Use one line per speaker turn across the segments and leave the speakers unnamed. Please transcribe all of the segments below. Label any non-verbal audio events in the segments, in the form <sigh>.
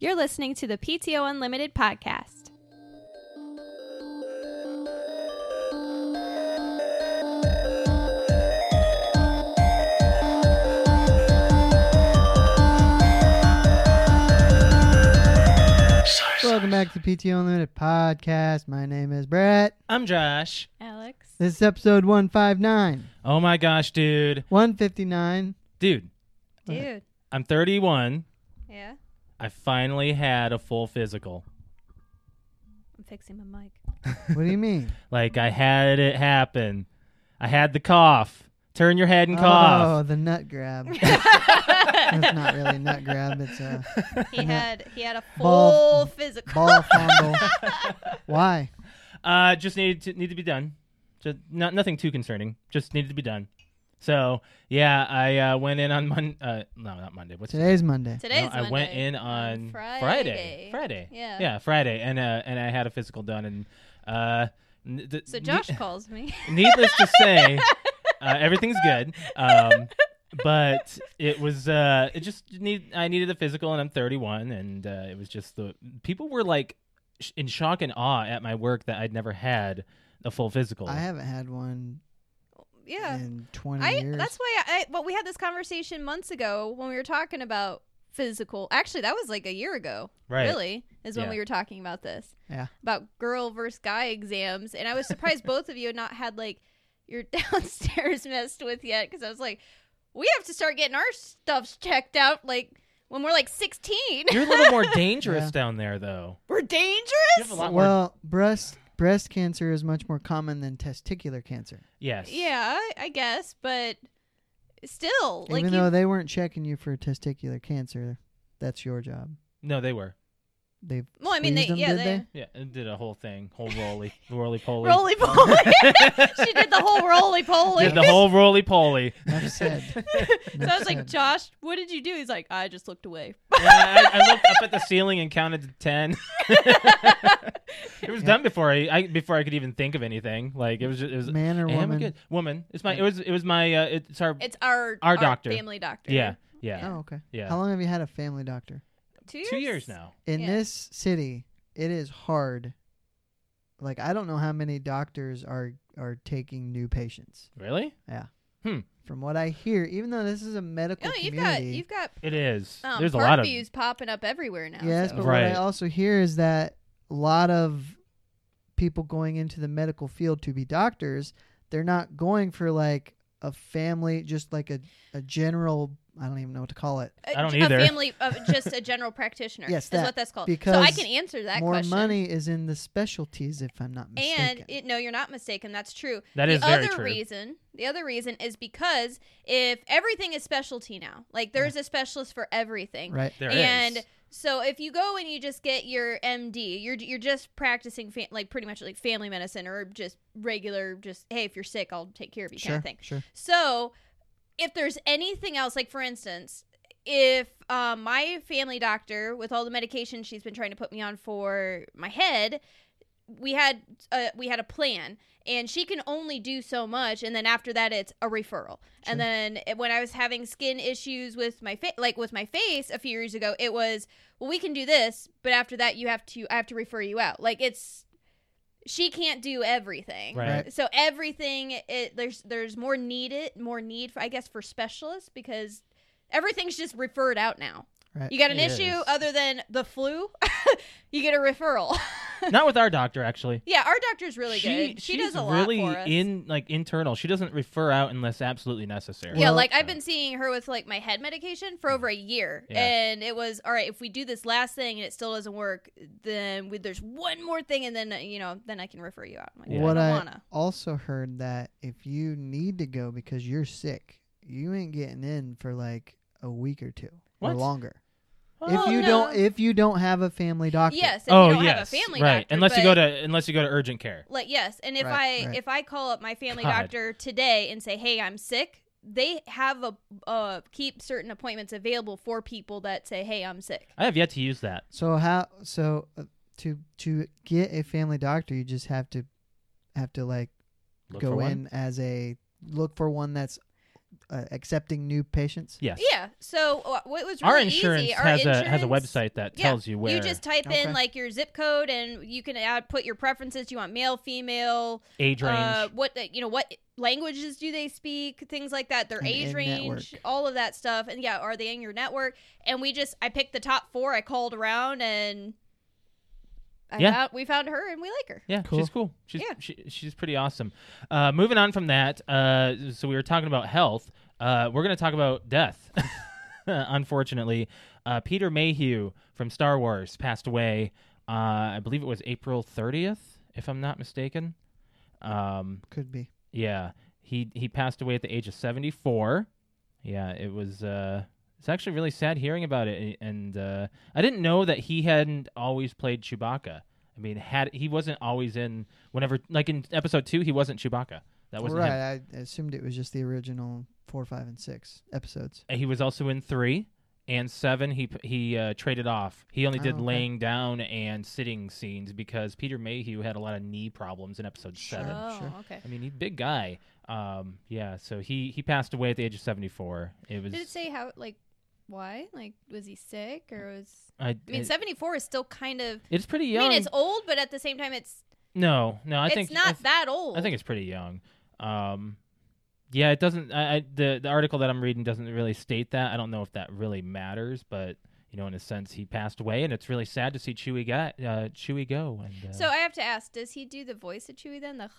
You're listening to the PTO Unlimited podcast.
Welcome back to PTO Unlimited podcast. My name is Brett.
I'm Josh.
Alex.
This is episode 159.
Oh my gosh, dude.
159.
Dude,
Dude.
I'm 31.
Yeah.
I finally had a full physical.
I'm fixing my mic.
What do you
<laughs>
mean?
Like, I had it happen. I had the cough. Turn your head and
oh,
cough.
the nut grab. That's not really a nut grab. It's a
<laughs> He had he had a full
Ball-
physical.
ball fondle. Why?
Uh, just needed to, need to be done. So not nothing too concerning. Just needed to be done. So yeah, I uh, went in on Monday. Uh, no, not Monday. What's today?
Today's Monday.
<laughs> Today's
No, I went
Monday. Oh,
in on
Friday.
Friday. Friday.
Yeah.
Yeah, Friday, and uh, and I had a physical done, and uh, n- th-
So
ne-
Josh calls me. <laughs>
needless to say, uh, everything's good. Um, but it was uh, it just need I needed a physical, and I'm 31, and uh, it was just the people were like sh- in shock and awe at my work that I'd never had a full physical.
I haven't had one
yeah.
in 20
I
years.
that's why I, I well we had this conversation months ago when we were talking about physical. Actually, that was like a year ago.
right.
Really, is when
Yeah.
we were talking about this.
Yeah.
About girl versus guy exams, and I was <laughs> surprised both of you had not had like your <laughs> downstairs messed with yet because I was like, we have to start getting our stuffs checked out like when we're like sixteen. <laughs>
You're a little more dangerous
Yeah.
down there, though.
we're dangerous.
You have a lot more.
well, breast breast cancer is much more common than testicular cancer.
Yes.
Yeah, I- I guess, but still, like
Even
you-
though they weren't checking you for testicular cancer, that's your job.
No, they were.
They
well, I mean, they
squeezed 'em,
yeah
did
they.
Yeah, and did a whole thing, whole roly, roly poly.
Roly <laughs> poly. she did the <laughs> whole roly poly.
Did the whole roly poly.
Enough said.
<laughs> so I was like,
Upset.
Josh, what did you do? He's like, I just looked away.
Yeah, I, I looked up at the ceiling and counted to ten. <laughs> it was done before I, I before I could even think of anything. Like it was just, it was
Man or
Am I
woman?
good? Woman. It's my it was it was my uh, it's our
It's our
Our doctor.
family doctor.
yeah yeah
Oh, okay.
Yeah.
How long have you had a family doctor?
two years,
two years now.
In
Yeah.
this city, it is hard. Like I don't know how many doctors are are taking new patients.
Really?
Yeah.
Hmm.
From what I hear, even though this is a medical
No, Oh, you've got
community,
you've got
It is.
um,
There's a lot of
views popping up everywhere now.
yes,
so-
but what I
Right.
also hear is that a lot of people going into the medical field to be doctors, they're not going for like a family, just like a a general. I don't even know what to call it.
A-
I don't
a
either.
family of
<laughs>
just a general practitioner.
Yes,
is
that,
what that's called. so I
because
can answer that
More
question.
money is in the specialties, if I'm not mistaken.
And it, no, you're not mistaken. That's true.
That
the
is very
other
true.
reason, the other reason is because if everything is specialty now, like there's a specialist for everything,
right.
there
and
is.
so if you go and you just get your MD, you're you're just practicing fa- like pretty much like family medicine or just regular just hey if you're sick I'll take care of you
sure.
kind of thing.
Sure.
So if there's anything else like for instance, if um, my family doctor with all the medication she's been trying to put me on for my head, we had a, we had a plan and she can only do so much and then after that it's a referral and then it- when i was having skin issues with my face like with my face a few years ago it was well we can do this but after that you have to i have to refer you out like it's she can't do everything
Right.
so everything it, there's there's more needed more need for i guess for specialists because everything's just referred out now
Right.
you got an
It
issue
is.
other than the flu <laughs> you get a referral
<laughs>
<laughs>
Not with our doctor actually.
yeah, our doctor's <laughs> really
she,
good. She
she's
does a lot
really
for us.
in like internal. She doesn't refer out unless absolutely necessary.
yeah,
Well-
like I've been seeing her with like my head medication for over a year,
Yeah.
and it was all right. If we do this last thing and it still doesn't work, then we, there's one more thing, and then uh, you know, then I can refer you out. I'm like,
Yeah.
What
I
I
don't wanna.
also heard that if you need to go because you're sick, you ain't getting in for like a week or two or
What?
longer.
Oh,
if you
no.
don't, if you don't have a family doctor,
Yes, if
oh
you don't
yes.
have a family
right.
doctor,
unless you
but-
go to unless you go to urgent care.
like yes, and if
Right,
I
right.
if I call up my family
God.
doctor today and say, hey, I'm sick. They have a uh, keep certain appointments available for people that say, "Hey, I'm sick."
I have yet to use that.
So how? So uh, to to get a family doctor, you just have to have to like
Look
go
for
in
one.
as a look for one that's uh, accepting new patients?
Yes.
Yeah. So uh, what was really
Our insurance
easy, our
has a has a
insurance-
website that
Yeah.
tells you where.
You just type
Okay.
in like your zip code, and you can add, put your preferences. You want male, female,
age range.
uh, what the- you know, what languages do they speak, things like that, their
And
age
in
range,
network.
all of that stuff, and yeah, are they in your network? And we just, I picked the top four, I called around, and I
Yeah.
found, we found her, and we like her.
yeah,
Cool.
she's cool. She's
Yeah.
she, she's pretty awesome. Uh, moving on from that, uh, so we were talking about health. Uh, we're going to talk about death. <laughs> Unfortunately, uh, Peter Mayhew from Star Wars passed away. Uh, I believe it was April 30th, if I'm not mistaken. Um,
Could be.
Yeah, he he passed away at the age of 74. Yeah, it was uh it's actually really sad hearing about it a- and uh I didn't know that he hadn't always played Chewbacca. I mean, had he wasn't always in whenever like in episode 2 he wasn't Chewbacca. That wasn't him.
right. I assumed it was just the original four, five, and six episodes.
He was also in 3 and 7 he p- he uh, traded off. He only did
Oh, okay.
laying down and sitting scenes because Peter Mayhew had a lot of knee problems in episode 7.
Oh,
sure.
okay.
I mean, he's a big guy. Um, yeah, so he he passed away at the age of 74. It was
Did it say how, like, why? Like, was he sick, or was?
I,
I mean,
it-
seventy four is still kind of.
it's pretty
I
young.
mean, it's old, but at the same time, it's
no, no, I
it's
think
not
I, th-
that old.
I think it's pretty young. Um, yeah, it doesn't. I, I the the article that I'm reading doesn't really state that. I don't know if that really matters, but you know, in a sense, he passed away, and it's really sad to see Chewie got uh, Chewie go. And uh,
So I have to ask: Does he do the voice of Chewie then? The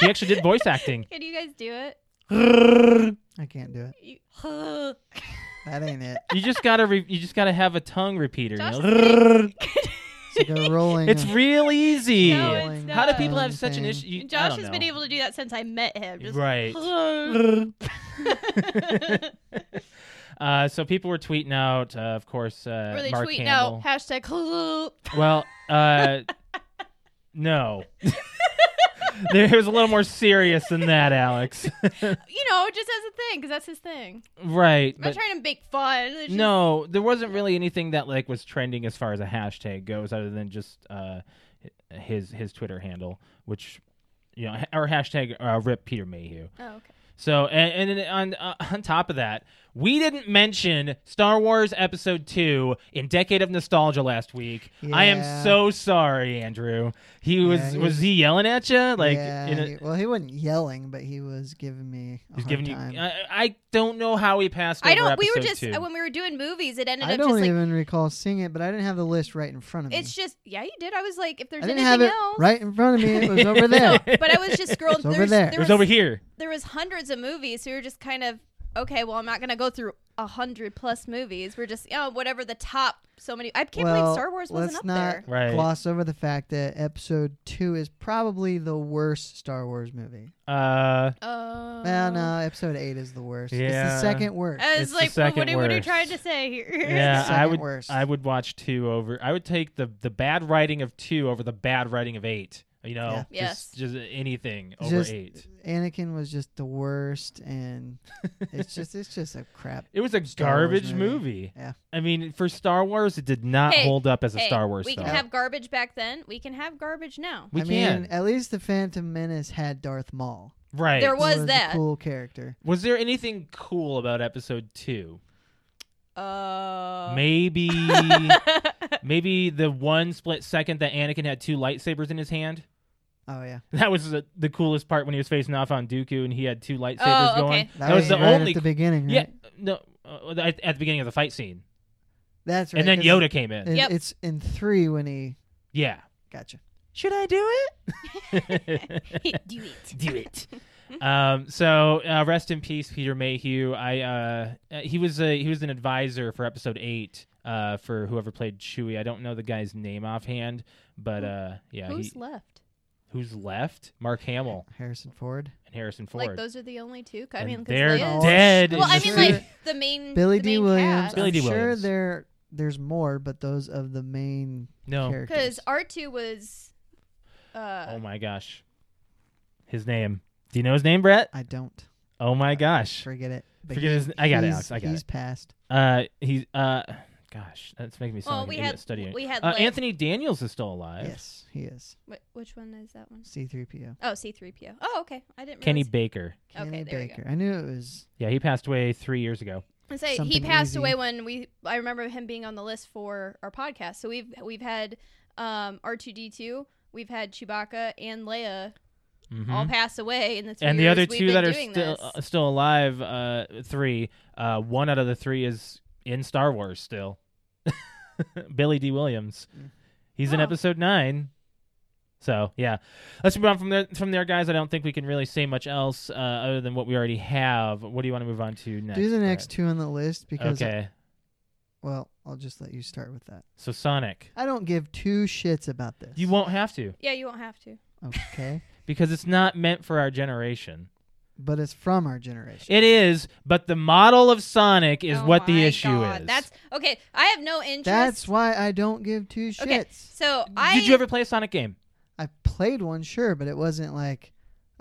he actually did voice acting.
<laughs> Can you guys do it?
I can't do it.
You, <laughs>
<laughs>
That ain't it.
You just gotta re- you just gotta have a tongue repeater.
Josh
You
is
know?
big.
It's
<laughs>
like a rolling.
It's real easy.
No, it's
rolling
not.
How do people have
thing.
such an issue? you- I
Josh
don't
has
know.
been able to do that since I met him. Just
Right.
<laughs>
uh, so people were tweeting out, uh, of course, uh,
Where they
Mark
tweet
Hamill.
out hashtag <laughs> hello.
<laughs> Well,
<laughs>
uh, no. there was a little more serious than that, Alex.
You know, just as a thing, because that's his thing.
<laughs> right,
<laughs> I'm not
but
trying to make fun. It's just-
no, there wasn't really anything that like was trending as far as a hashtag goes, other than just uh, his his Twitter handle, which you know, our hashtag uh, rip Peter Mayhew.
Oh, okay.
So, and, and then on uh, <laughs> on top of that, we didn't mention Star Wars Episode Two in Decade of Nostalgia last week. I am
Yeah.
so sorry, Andrew. He was
Yeah, he
was,
was-
he yelling at you? Like,
yeah,
in a-
he- well, he wasn't yelling, but he was giving me. A
he's
hard
giving
time.
you. uh, I, I don't know how he passed.
I
over
don't. We were
Episode
just
two.
when we were doing movies. It ended
I
up
don't
just like
even recall seeing it, but I didn't have the list right in front of me.
it's just yeah. You did. I was like, if there's
I didn't
anything
have it
else,
right in front of me.
<laughs>
It
<laughs>
was over there.
But I
<laughs>
was just scrolling.
It's over
there's-
there.
It
There
was over here.
there was hundreds of movies, so we were just kind of okay. Well, I'm not gonna go through a hundred plus movies. We're just you know, whatever the top. So many. I <laughs> can't believe
Well,
Star Wars wasn't
let's
up
not
there.
Right.
gloss over the fact that Episode Two is probably the worst Star Wars movie.
Uh,
Oh,
Well, no, Episode Eight is the worst.
Yeah.
It's the second worst.
I
uh, It's
was
the
like,
second
what, are- what are you
worst.
trying to say here?
<laughs> yeah,
Second
I would.
worst.
I would watch two over. I would take the the bad writing of two over the bad writing of eight. You know,
Yeah.
just,
Yes.
just anything over
Just-
eight.
Anakin was just the worst,
<laughs>
and it's just it's just a crap.
It was a
Star Wars
garbage
movie.
movie.
Yeah.
I mean, for Star Wars, it did not
Hey,
hold up as a
Hey,
Star Wars
We
film.
can have garbage back then. We can have garbage now.
we
I
can.
mean, uh, at least the Phantom Menace had Darth Maul.
right.
there
who
was
a
that.
cool character?
was there anything cool about episode two?
Uh, <laughs>
<laughs> maybe, maybe the one split second that Anakin had two lightsabers in his hand. <laughs>
Oh yeah,
That was the, the coolest part when he was facing off on Dooku and he had two lightsabers
Oh,
going.
okay.
That was the
right
only.
at the beginning. Right?
yeah, no, uh, at, at the beginning of the fight scene,
that's right.
and then
'cause
Yoda came in.
it-
Yep.
It's in three when he
<laughs>
yeah, <laughs>
gotcha.
should I do it?
do it.
<laughs> do it. um, so uh, rest in peace, Peter Mayhew. I uh, uh, he was a, he was an advisor for episode eight uh, for whoever played Chewie. I don't know the guy's name offhand, but
Who-
uh, yeah,
Who's
he,
left?
who's left? Mark Hamill
Harrison Ford,
and Harrison Ford.
Like those are the only two. I
And
mean, 'cause
they're
Leia's-
dead.
Well,
in
I
the
mean,
Sure.
like the main
Billy
the
D.
main
Williams.
cast.
Billy
I'm
D.
sure
Williams.
there there's more, but those of the main
no,
characters.
Because R two was.
oh
Uh,
my gosh, his name. Do you know his name, Brett?
I don't
Oh my gosh,
forget it. But
forget
he-
his. I got it,
he's-
Alex. I got
He's
it.
passed.
Uh, he's uh, gosh, that's making me sound
Well,
like
we
an
had
idiot studying.
we had
Uh,
like,
Anthony Daniels is still alive.
Yes, he is.
wh- which one is that one?
C3PO.
Oh, C3PO. Oh, okay. I didn't
Kenny
realize.
Baker.
Kenny
Okay, there we go.
Baker. I knew it was.
Yeah, he passed away three years ago.
I say he
something
passed
easy.
away when we I remember him being on the list for our podcast. So we've we've had um R2D2, we've had Chewbacca and Leia
Mm-hmm.
Mhm.
all pass away in the three
and the
years
other
we've
two
been
that are
doing
still
this.
uh, still alive, uh, three. Uh, one out of the three is in Star Wars still. <laughs> Billy D. Williams,
Mm.
he's in
Oh.
episode nine. So yeah, let's move on from there. From there, guys, I don't think we can really say much else uh, other than what we already have. What do you want to move on to next?
Do the
Brett?
next two on the list because,
Okay,
well, I'll just let you start with that.
so Sonic,
I don't give two shits about this.
you won't have to
yeah, you won't have to.
Okay.
because it's not meant for our generation.
but it's from our generation.
It is, but the model of Sonic is
Oh
what the
my
issue
God.
is.
That's okay. I have no <laughs> interest.
That's why I don't give two shits.
Okay. so I
Did you ever play a Sonic game?
I played one, sure, but it wasn't like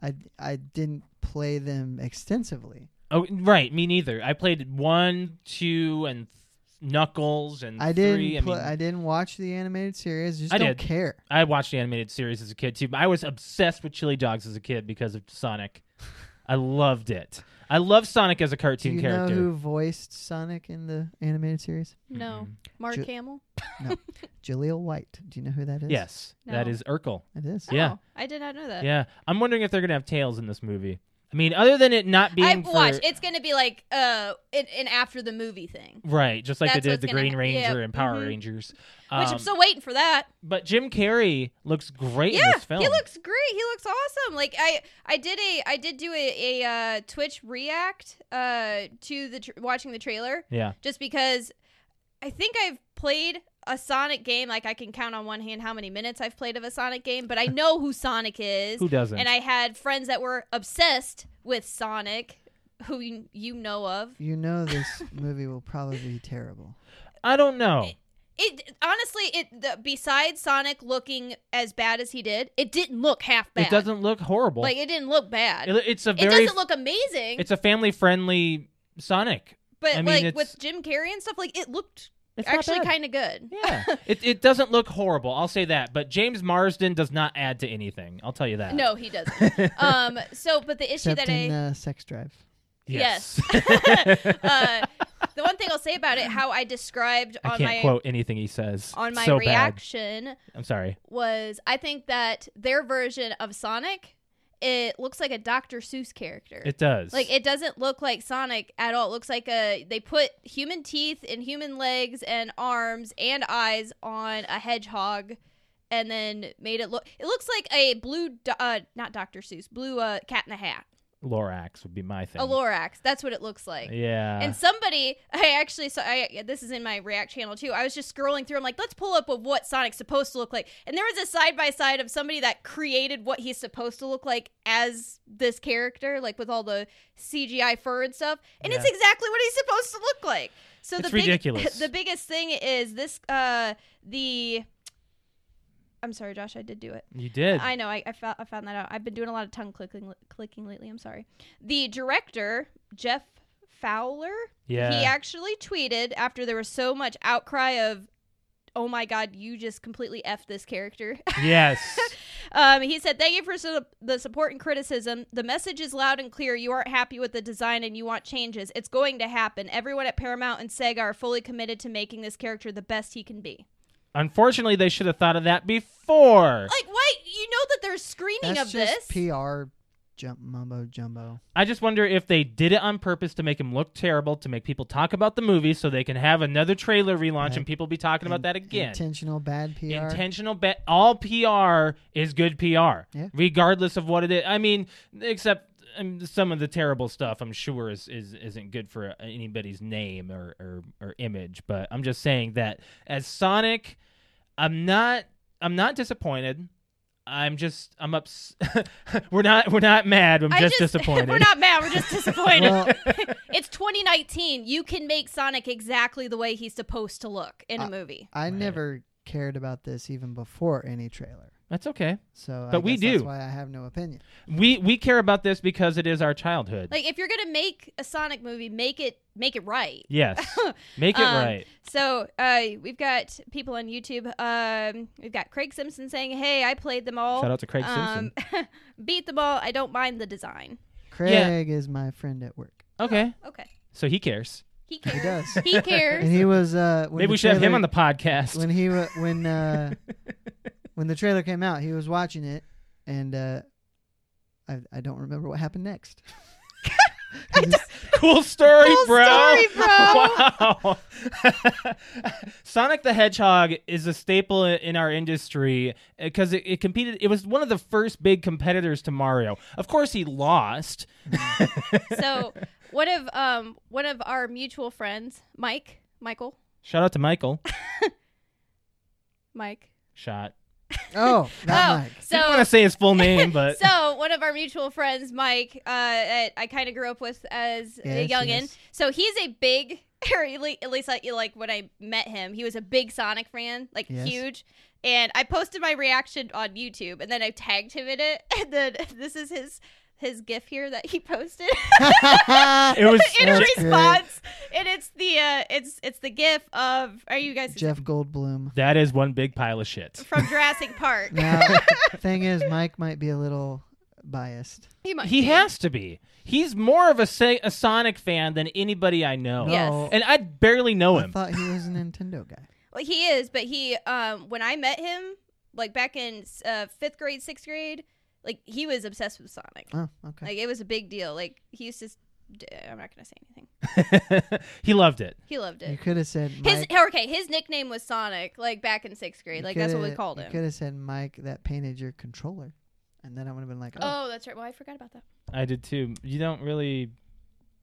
I I didn't play them extensively.
Oh, right. Me neither. I played one, two, and th- Knuckles, and
I didn't
three.
pl-
I, mean,
I didn't watch the animated series. Just
I
don't
did.
care.
I, watched the animated series as a kid too. But I was obsessed with Chili Dogs as a kid because of Sonic. I loved it. I love Sonic as a
Do
cartoon
you
character.
know who voiced Sonic in the animated series?
no
Mhm.
Mark
Ju-
Hamill.
Jaleel White. Do you know who that is?
Yes, that
No.
is Urkel.
it is.
Yeah.
Oh, I did not know that.
Yeah, I'm wondering if they're gonna have tails in this movie. I mean, other than it not being
I
for,
watch. It's gonna be like uh an, an after the movie thing.
right, just like
That's
they
what's
did the
gonna
Green
ha-
Ranger
yeah,
and Power
mhm.
Rangers.
Which
Um,
I'm still waiting for that.
but Jim Carrey looks great in
Yeah,
this film.
he looks great. He looks awesome. Like I, I did a, I did do a, a uh, Twitch react uh, to the tr- watching the trailer
yeah,
just because I think I've played a Sonic game. Like I can count on one hand how many minutes I've played of a Sonic game,
<laughs>
but I know who Sonic is,
who doesn't?
and I had friends that were obsessed with Sonic, who you, you know of.
You know this <laughs> movie will probably be terrible.
I don't know.
It honestly, it the, besides Sonic looking as bad as he did, it didn't look half bad.
It doesn't look horrible.
like it didn't look bad.
It- it's a
It
very
doesn't look amazing,
it's a family friily Sonic.
but
I mean,
like
it's-
with Jim Carrey and stuff, like it looked
It's not
actually
bad.
kind of good. <laughs>
yeah. it it doesn't look horrible. I'll say that. But James Marsden does not add to anything. I'll tell you that.
No, he doesn't.
<laughs>
um, so, but the issue
Except
that
in
I,
uh, Sex Drive.
yes, <laughs> uh, the one thing I'll say about it, how I described
<laughs> I
on
can't
my
quote anything he says.
on my
so
reaction
Bad. I'm sorry.
was, I think that their version of Sonic, it looks like a Dr. Seuss character.
It does.
Like it doesn't look like Sonic at all. It looks like a they put human teeth and human legs and arms and eyes on a hedgehog, and then made it look. It looks like a blue, do- uh, not Doctor Seuss, blue uh, Cat in the Hat,
Lorax would be my thing.
a Lorax. That's what it looks like.
Yeah.
And somebody, <laughs> I actually saw. I, this is in my React channel too. I was just scrolling through. I'm like, let's pull up of what Sonic's supposed to look like. And there was a side by side of somebody that created what he's supposed to look like as this character, like with all the CGI fur and stuff. And it's
Yeah.
exactly what he's supposed to look like. So
It's
the big, <laughs>
ridiculous.
the biggest thing is this. Uh, the. I'm sorry, Josh. I did do it.
you did.
I know. I, I, found, I found that out. I've been doing a lot of tongue clicking, clicking lately. I'm sorry. The director, Jeff Fowler,
yeah.
he actually tweeted after there was so much outcry of, oh my God, you just completely F this character. <laughs>
yes.
Um, he said, "Thank you for su- the support and criticism. The message is loud and clear. You aren't happy with the design and you want changes. It's going to happen. Everyone at Paramount and Sega are fully committed to making this character the best he can be.
Unfortunately, they should have thought of that
<laughs>
before.
Like, why? You know that there's screening
That's
of
just
this.
PR jump mumbo jumbo.
I just wonder if they did it on purpose to make him look terrible, to make people talk about the movie, so they can have another trailer relaunch
Right.
and people be talking about
In-
that again.
Intentional bad PR.
Intentional bet. All PR is good PR,
Yeah.
regardless of what it is. I mean, except um, some of the terrible stuff, I'm sure, is, is isn't good for anybody's name or, or or image. But I'm just saying that as Sonic, I'm not I'm not disappointed. I'm just I'm ups. <laughs> we're not we're not mad. I'm
I <laughs>
just, disappointed.
we're not mad. We're
<laughs>
just disappointed.
well,
<laughs> it's 2019. You can make Sonic exactly the way he's supposed to look in a
Uh,
movie.
I
Right.
never cared about this even before any trailer.
That's okay.
So, I
But we
guess That's
do.
why I have no opinion.
We we care about this because it is our childhood.
Like if you're gonna make a Sonic movie, make it make it right.
yes. Make it
<laughs> Um,
right.
So uh, we've got people on YouTube. Um, we've got Craig Simpson saying, "Hey, I played them all.
Shout out to Craig Simpson.
Um, <laughs> beat them all. I don't mind the design.
Craig is my friend at work.
um,
Okay.
Okay,
So he cares.
he
He
cares.
does.
<laughs>
He
and
cares.
he was uh when
Maybe
the
we should have him
trailer-
on the
<laughs>
podcast.
when he wa- when uh when the trailer came out, he was watching it and uh I I don't remember what happened
<laughs>
next.
<laughs> cool story,
Cool
bro.
story, bro.
<laughs> Wow. <laughs> Sonic the Hedgehog is a staple i- in our industry because it, it competed. It was one of the first big competitors to Mario. Of course, he lost.
so one of um one of our mutual friends, Mike, Michael,
Shout out
<laughs>
to Michael.
Mike.
Shot.
Oh,
oh,
not Mike.
I didn't
so
want to say
<laughs>
his full name, but
So one of our mutual friends, Mike, uh, that I kind of grew up with as a
Yes,
youngin.
yes.
So he's a big, <laughs> or at le- at least like, like when I met him, he was a big Sonic fan, like
Yes.
huge. And I posted my reaction on YouTube, and then I tagged him in it. <laughs> And then this is his his GIF here that he posted <laughs>
<laughs>
it was
in
That's great.
response. And it's the uh, it's it's the GIF of are you guys
<laughs> Jeff
<laughs>
Goldblum.
that is one big pile of shit.
from Jurassic
<laughs>
Park?
Now, thing is, Mike might be a little biased.
He, might
He
be.
has to be. He's more of a, Sa- a Sonic fan than anybody I know.
Yes.
No,
And I barely know
I <laughs>
him. <laughs>
thought he was a Nintendo guy.
Well, he is, but he um when I met him, like back in uh, fifth grade, sixth grade, like he was obsessed with Sonic.
Oh, okay.
Like it was a big deal. Like he used to. s- d- I'm not gonna say anything.
he loved it.
He loved
you
it.
could have said
His
Mike.
okay, his nickname was Sonic. Like back in sixth grade, like that's what we called
Could
him.
have said Mike that painted your controller, and then I would have been like, oh,
Oh, that's right. Well, I forgot about that.
I did too. You don't really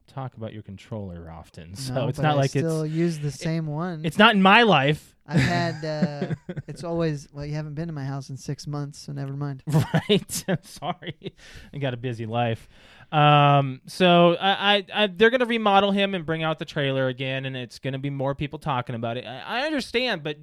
talk about your controller often, so
no,
it's
but
not
I
like
still
it's
use the same one.
it's not in my life,
I've had.
<laughs>
Uh, it's always well. You haven't been to my house in six months, so never mind.
<laughs> right? I'm sorry, I got a busy life. Um, so I, I, I they're gonna remodel him and bring out the trailer again, and it's gonna be more people talking about it. I, I understand, but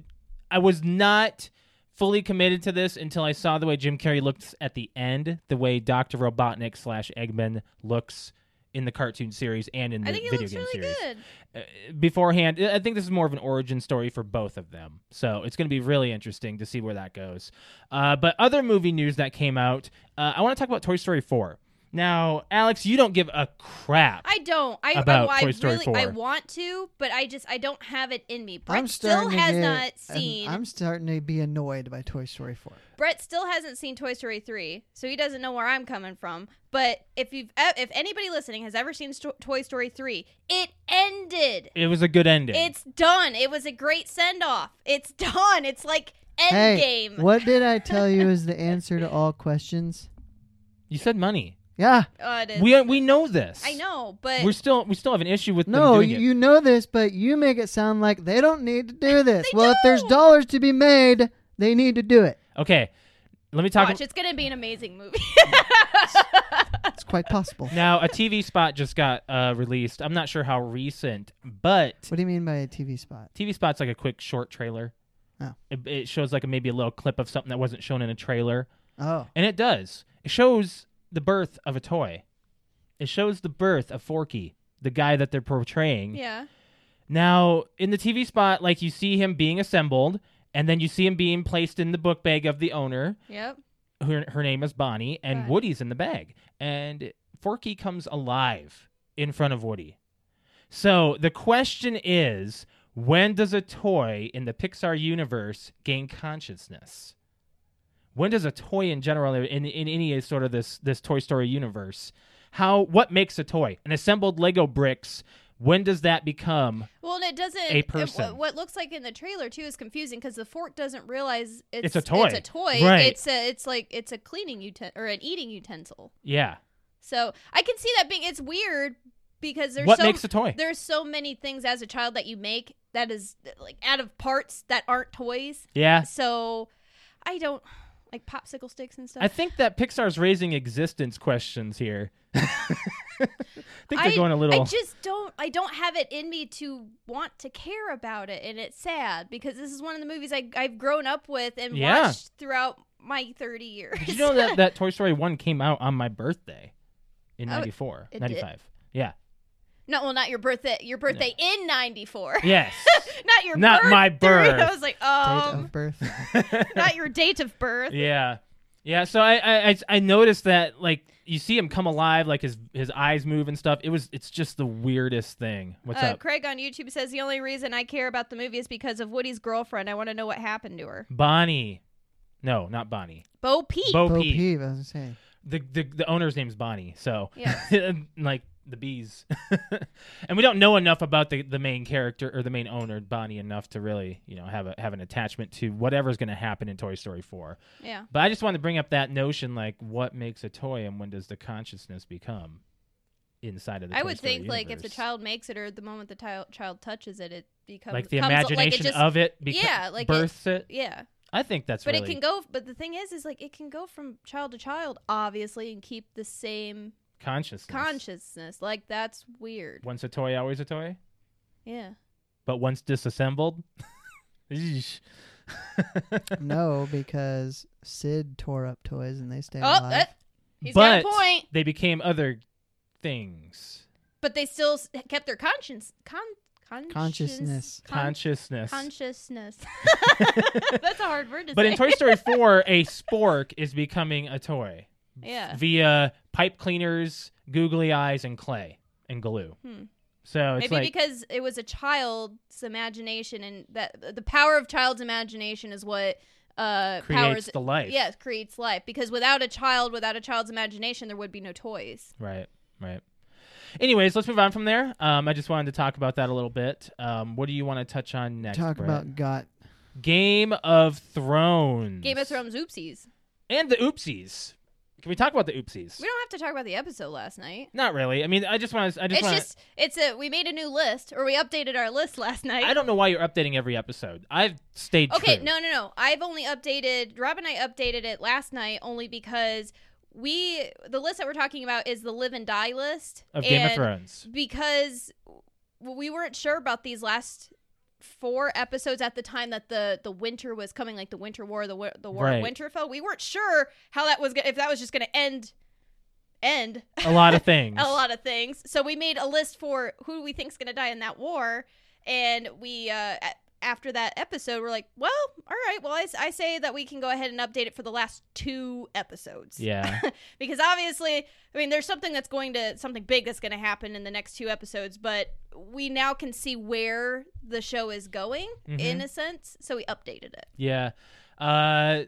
I was not fully committed to this until I saw the way Jim Carrey looks at the end, the way Doctor Robotnik slash Eggman looks in the cartoon series and in the
I think he
video
looks
game
really
series.
good.
uh, beforehand. I think this is more of an origin story for both of them. So it's going to be really interesting to see where that goes. Uh, but other movie news that came out, uh, I want to talk about Toy Story 4. Now, Alex, you don't give a crap.
I don't. I,
About
I, I
Toy Story
really I
4.
want to, but I just I don't have it in me. Brett
I'm
still
starting to
has
get-
not
I'm-
seen.
I'm starting to be annoyed by Toy Story 4.
Brett still hasn't seen Toy Story 3, so he doesn't know where I'm coming from. But if you've e- if anybody listening has ever seen Sto- Toy Story 3, it ended.
It was a good ending.
It's done. It was a great send-off. It's <laughs> done. It's like
hey,
Endgame.
what did I tell you
<laughs>
is the answer to all questions?
you said money.
Yeah,
Uh, it is-
We we know this.
I know, but
We're still we still have an issue with them
no,
doing
you,
it.
you know this, but you make it sound like they don't need to
<laughs>
do this. well, if there's
don't.
dollars to be made, they need
<laughs>
to do it.
Okay, let me talk.
watch, it's going to be an amazing movie. <laughs>
It's quite possible.
<laughs> Now, a TV spot just got uh, released. I'm not sure how recent, but
What do you mean by a TV spot?
TV spot's like a quick short trailer.
Oh.
It, it shows like a, maybe a little clip of something that wasn't shown in a trailer,
Oh,
and it does. It shows the birth of a toy. It shows the birth of Forky, the guy that they're portraying.
yeah.
Now, in the TV spot, like you see him being assembled, and then you see him being placed in the book bag of the owner.
Yep.
Her, her name is Bonnie, and
Bonnie.
Woody's in the bag, and Forky comes alive in front of Woody. So the question is, when does a toy in the Pixar universe gain consciousness? When does a toy in general, in, in any sort of this this Toy Story universe, how what makes a toy? An assembled Lego bricks. When does that become?
Well, and it doesn't.
A
it-
person.
what looks like in the trailer too is confusing because the fork doesn't realize it's,
It's a toy.
It's a toy.
Right.
It's a. It's like it's a cleaning utensil or an eating utensil.
Yeah.
So I can see that being it's weird because there's
What
so
makes a toy?
there's so many things as a child that you make that is like out of parts that aren't toys.
Yeah.
So I don't like popsicle sticks and stuff.
I think that Pixar's raising existence questions here. <laughs> I think they're
I-
going a little.
I just don't. I don't have it in me to want to care about it, and it's sad because this is one of the movies I, I've grown up with and
Yeah.
watched throughout my 30 years.
<laughs> Did you know that, that Toy Story 1 came out on my birthday in
Oh, it-
94,
it did?
95? Yeah.
no, well, <laughs> not your birthday. Your birthday in 94.
Yes.
<laughs> not your
Not my
birthday. <laughs>
birth.
I was like,
Date
um,
of
<laughs>
birth.
not your date of birth.
yeah. Yeah, so I, I I- I noticed that like you see him come alive, like his his eyes move and stuff. It was it's just the weirdest thing. What's
uh,
up?
Craig on YouTube says the only reason I care about the movie is because of Woody's girlfriend. I want to know what happened to her.
Bonnie, no, not Bonnie.
Bo Peep.
Bo,
Bo
Peep.
Peep, I was gonna say.
The, the the owner's name's Bonnie, so
Yeah.
<laughs> like the bees, <laughs> and we don't know enough about the, the main character or the main owner Bonnie enough to really you know have a have an attachment to whatever's going to happen in Toy Story four.
yeah.
But I just wanted to bring up that notion, like what makes a toy and when does the consciousness become inside of the
I
Toy
would
Story
think like if the
universe?
child makes it or the moment the child child touches it, it becomes
like the
comes-
imagination
like it just,
of it, beca-
yeah, like it-
births it,
Yeah,
I think that's
but
really
it can go. But the thing is, is like it can go from child to child, obviously, and keep the same
consciousness.
consciousness. Like that's weird.
Once a toy, always a toy.
Yeah.
But once disassembled, <laughs> Yeesh.
<laughs> No, because Sid tore up toys and they stayed
Oh,
alive.
that, he's
but
got a point.
they became other things.
But they still s- kept their conscience, con, conscience,
Consciousness.
con-
Consciousness. <laughs>
consciousness. That's a hard word to
but
say.
in
<laughs>
Toy Story 4, a spork is becoming a toy
yeah.
via pipe cleaners, googly eyes, and clay and glue.
Hmm.
So it's
Maybe
like
because it was a child's imagination, and that the power of child's imagination is what uh,
creates
powers.
the life.
Yes, creates life. Because without a child, without a child's imagination, there would be no toys.
Right, right. Anyways, let's move on from there. Um, I just wanted to talk about that a little bit. Um, what do you want to touch on next?
Talk
Brett?
about got
Game of Thrones.
Game of Thrones, oopsies.
and the Oopsies. Can we talk about the Oopsies?
We don't have to talk about the episode last night.
Not really. I mean, I just want to. I just
it's
want.
just it's a we made a new list or we updated our list last night.
I don't know why you're updating every episode. I've stayed
Okay,
true.
no, no, no. I've only updated. Rob and I updated it last night only because we the list that we're talking about is the live and die list
of Game of
and
Thrones.
because we weren't sure about these last four episodes at the time that the the winter was coming, like the Winter War, the wi- the War of
Right.
Winterfell. We weren't sure how that was gonna, if that was just going to end end
A
<laughs>
lot of things.
a lot of things. So we made a list for who we think's going to die in that war, and we uh, a- after that episode, we're like, well, all right, well, I, s- I say that we can go ahead and update it for the last two episodes. <laughs>
Yeah.
because obviously, I mean, there's something that's going to something big that's going to happen in the next two episodes, but we now can see where the show is going
Mhm.
in a sense. So we updated it.
Yeah. Uh,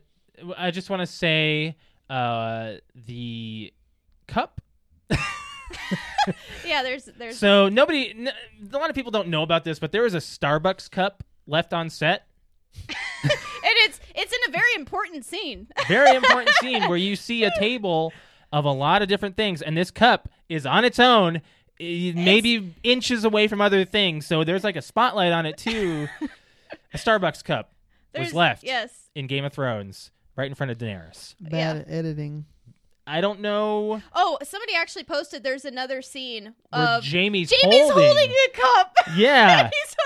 I just want to say uh, the cup.
Yeah, there's there's
So nobody, n- a lot of people don't know about this, but there was a Starbucks cup left on set.
and it's it's in a very important scene. <laughs>
Very important scene where you see a table of a lot of different things, and this cup is on its own, i- maybe inches away from other things. So there's like a spotlight on it too. a Starbucks cup
There's
was left
Yes.
in Game of Thrones, right in front of Daenerys.
bad editing.
I don't know
Oh, somebody actually posted there's another scene
where
of
Jamie's,
Um, Jamie's holding. a cup. <laughs>
Yeah.
He's-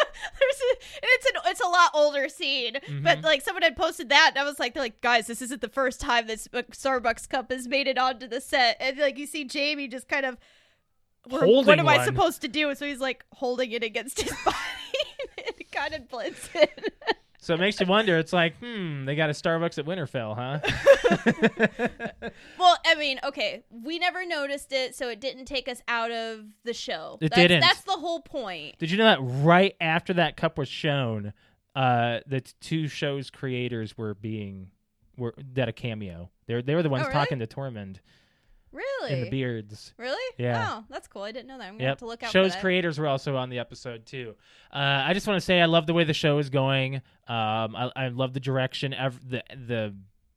there's a- it's an it's a lot older scene, but
Mhm.
like someone had posted that, and I was like, they're like, guys, this isn't the first time this uh, Starbucks cup has made it onto the set, and like you see Jamie just kind of, "What-
Holding
what am I
one.
supposed to do? And so he's like holding it against his <laughs> body, and it kind of blends in. <laughs>
So it makes you wonder. It's like, hmm, they got a Starbucks at Winterfell, huh?
Well, I mean, okay, we never noticed it, so it didn't take us out of the show.
It
that's,
didn't.
That's the whole point.
Did you know that right after that cup was shown, uh, the t- two shows creators were being were that a cameo. They were, they were the ones
Oh, really?
talking to Tormund
Really?
in the beards.
Really?
Yeah.
Oh, that's cool. I didn't know that. I'm gonna have
Yep.
to look out
Show's
for that.
creators were also on the episode too. Uh, I just want to say I love the way the show is going. Um, I, I love the direction. Ev- the the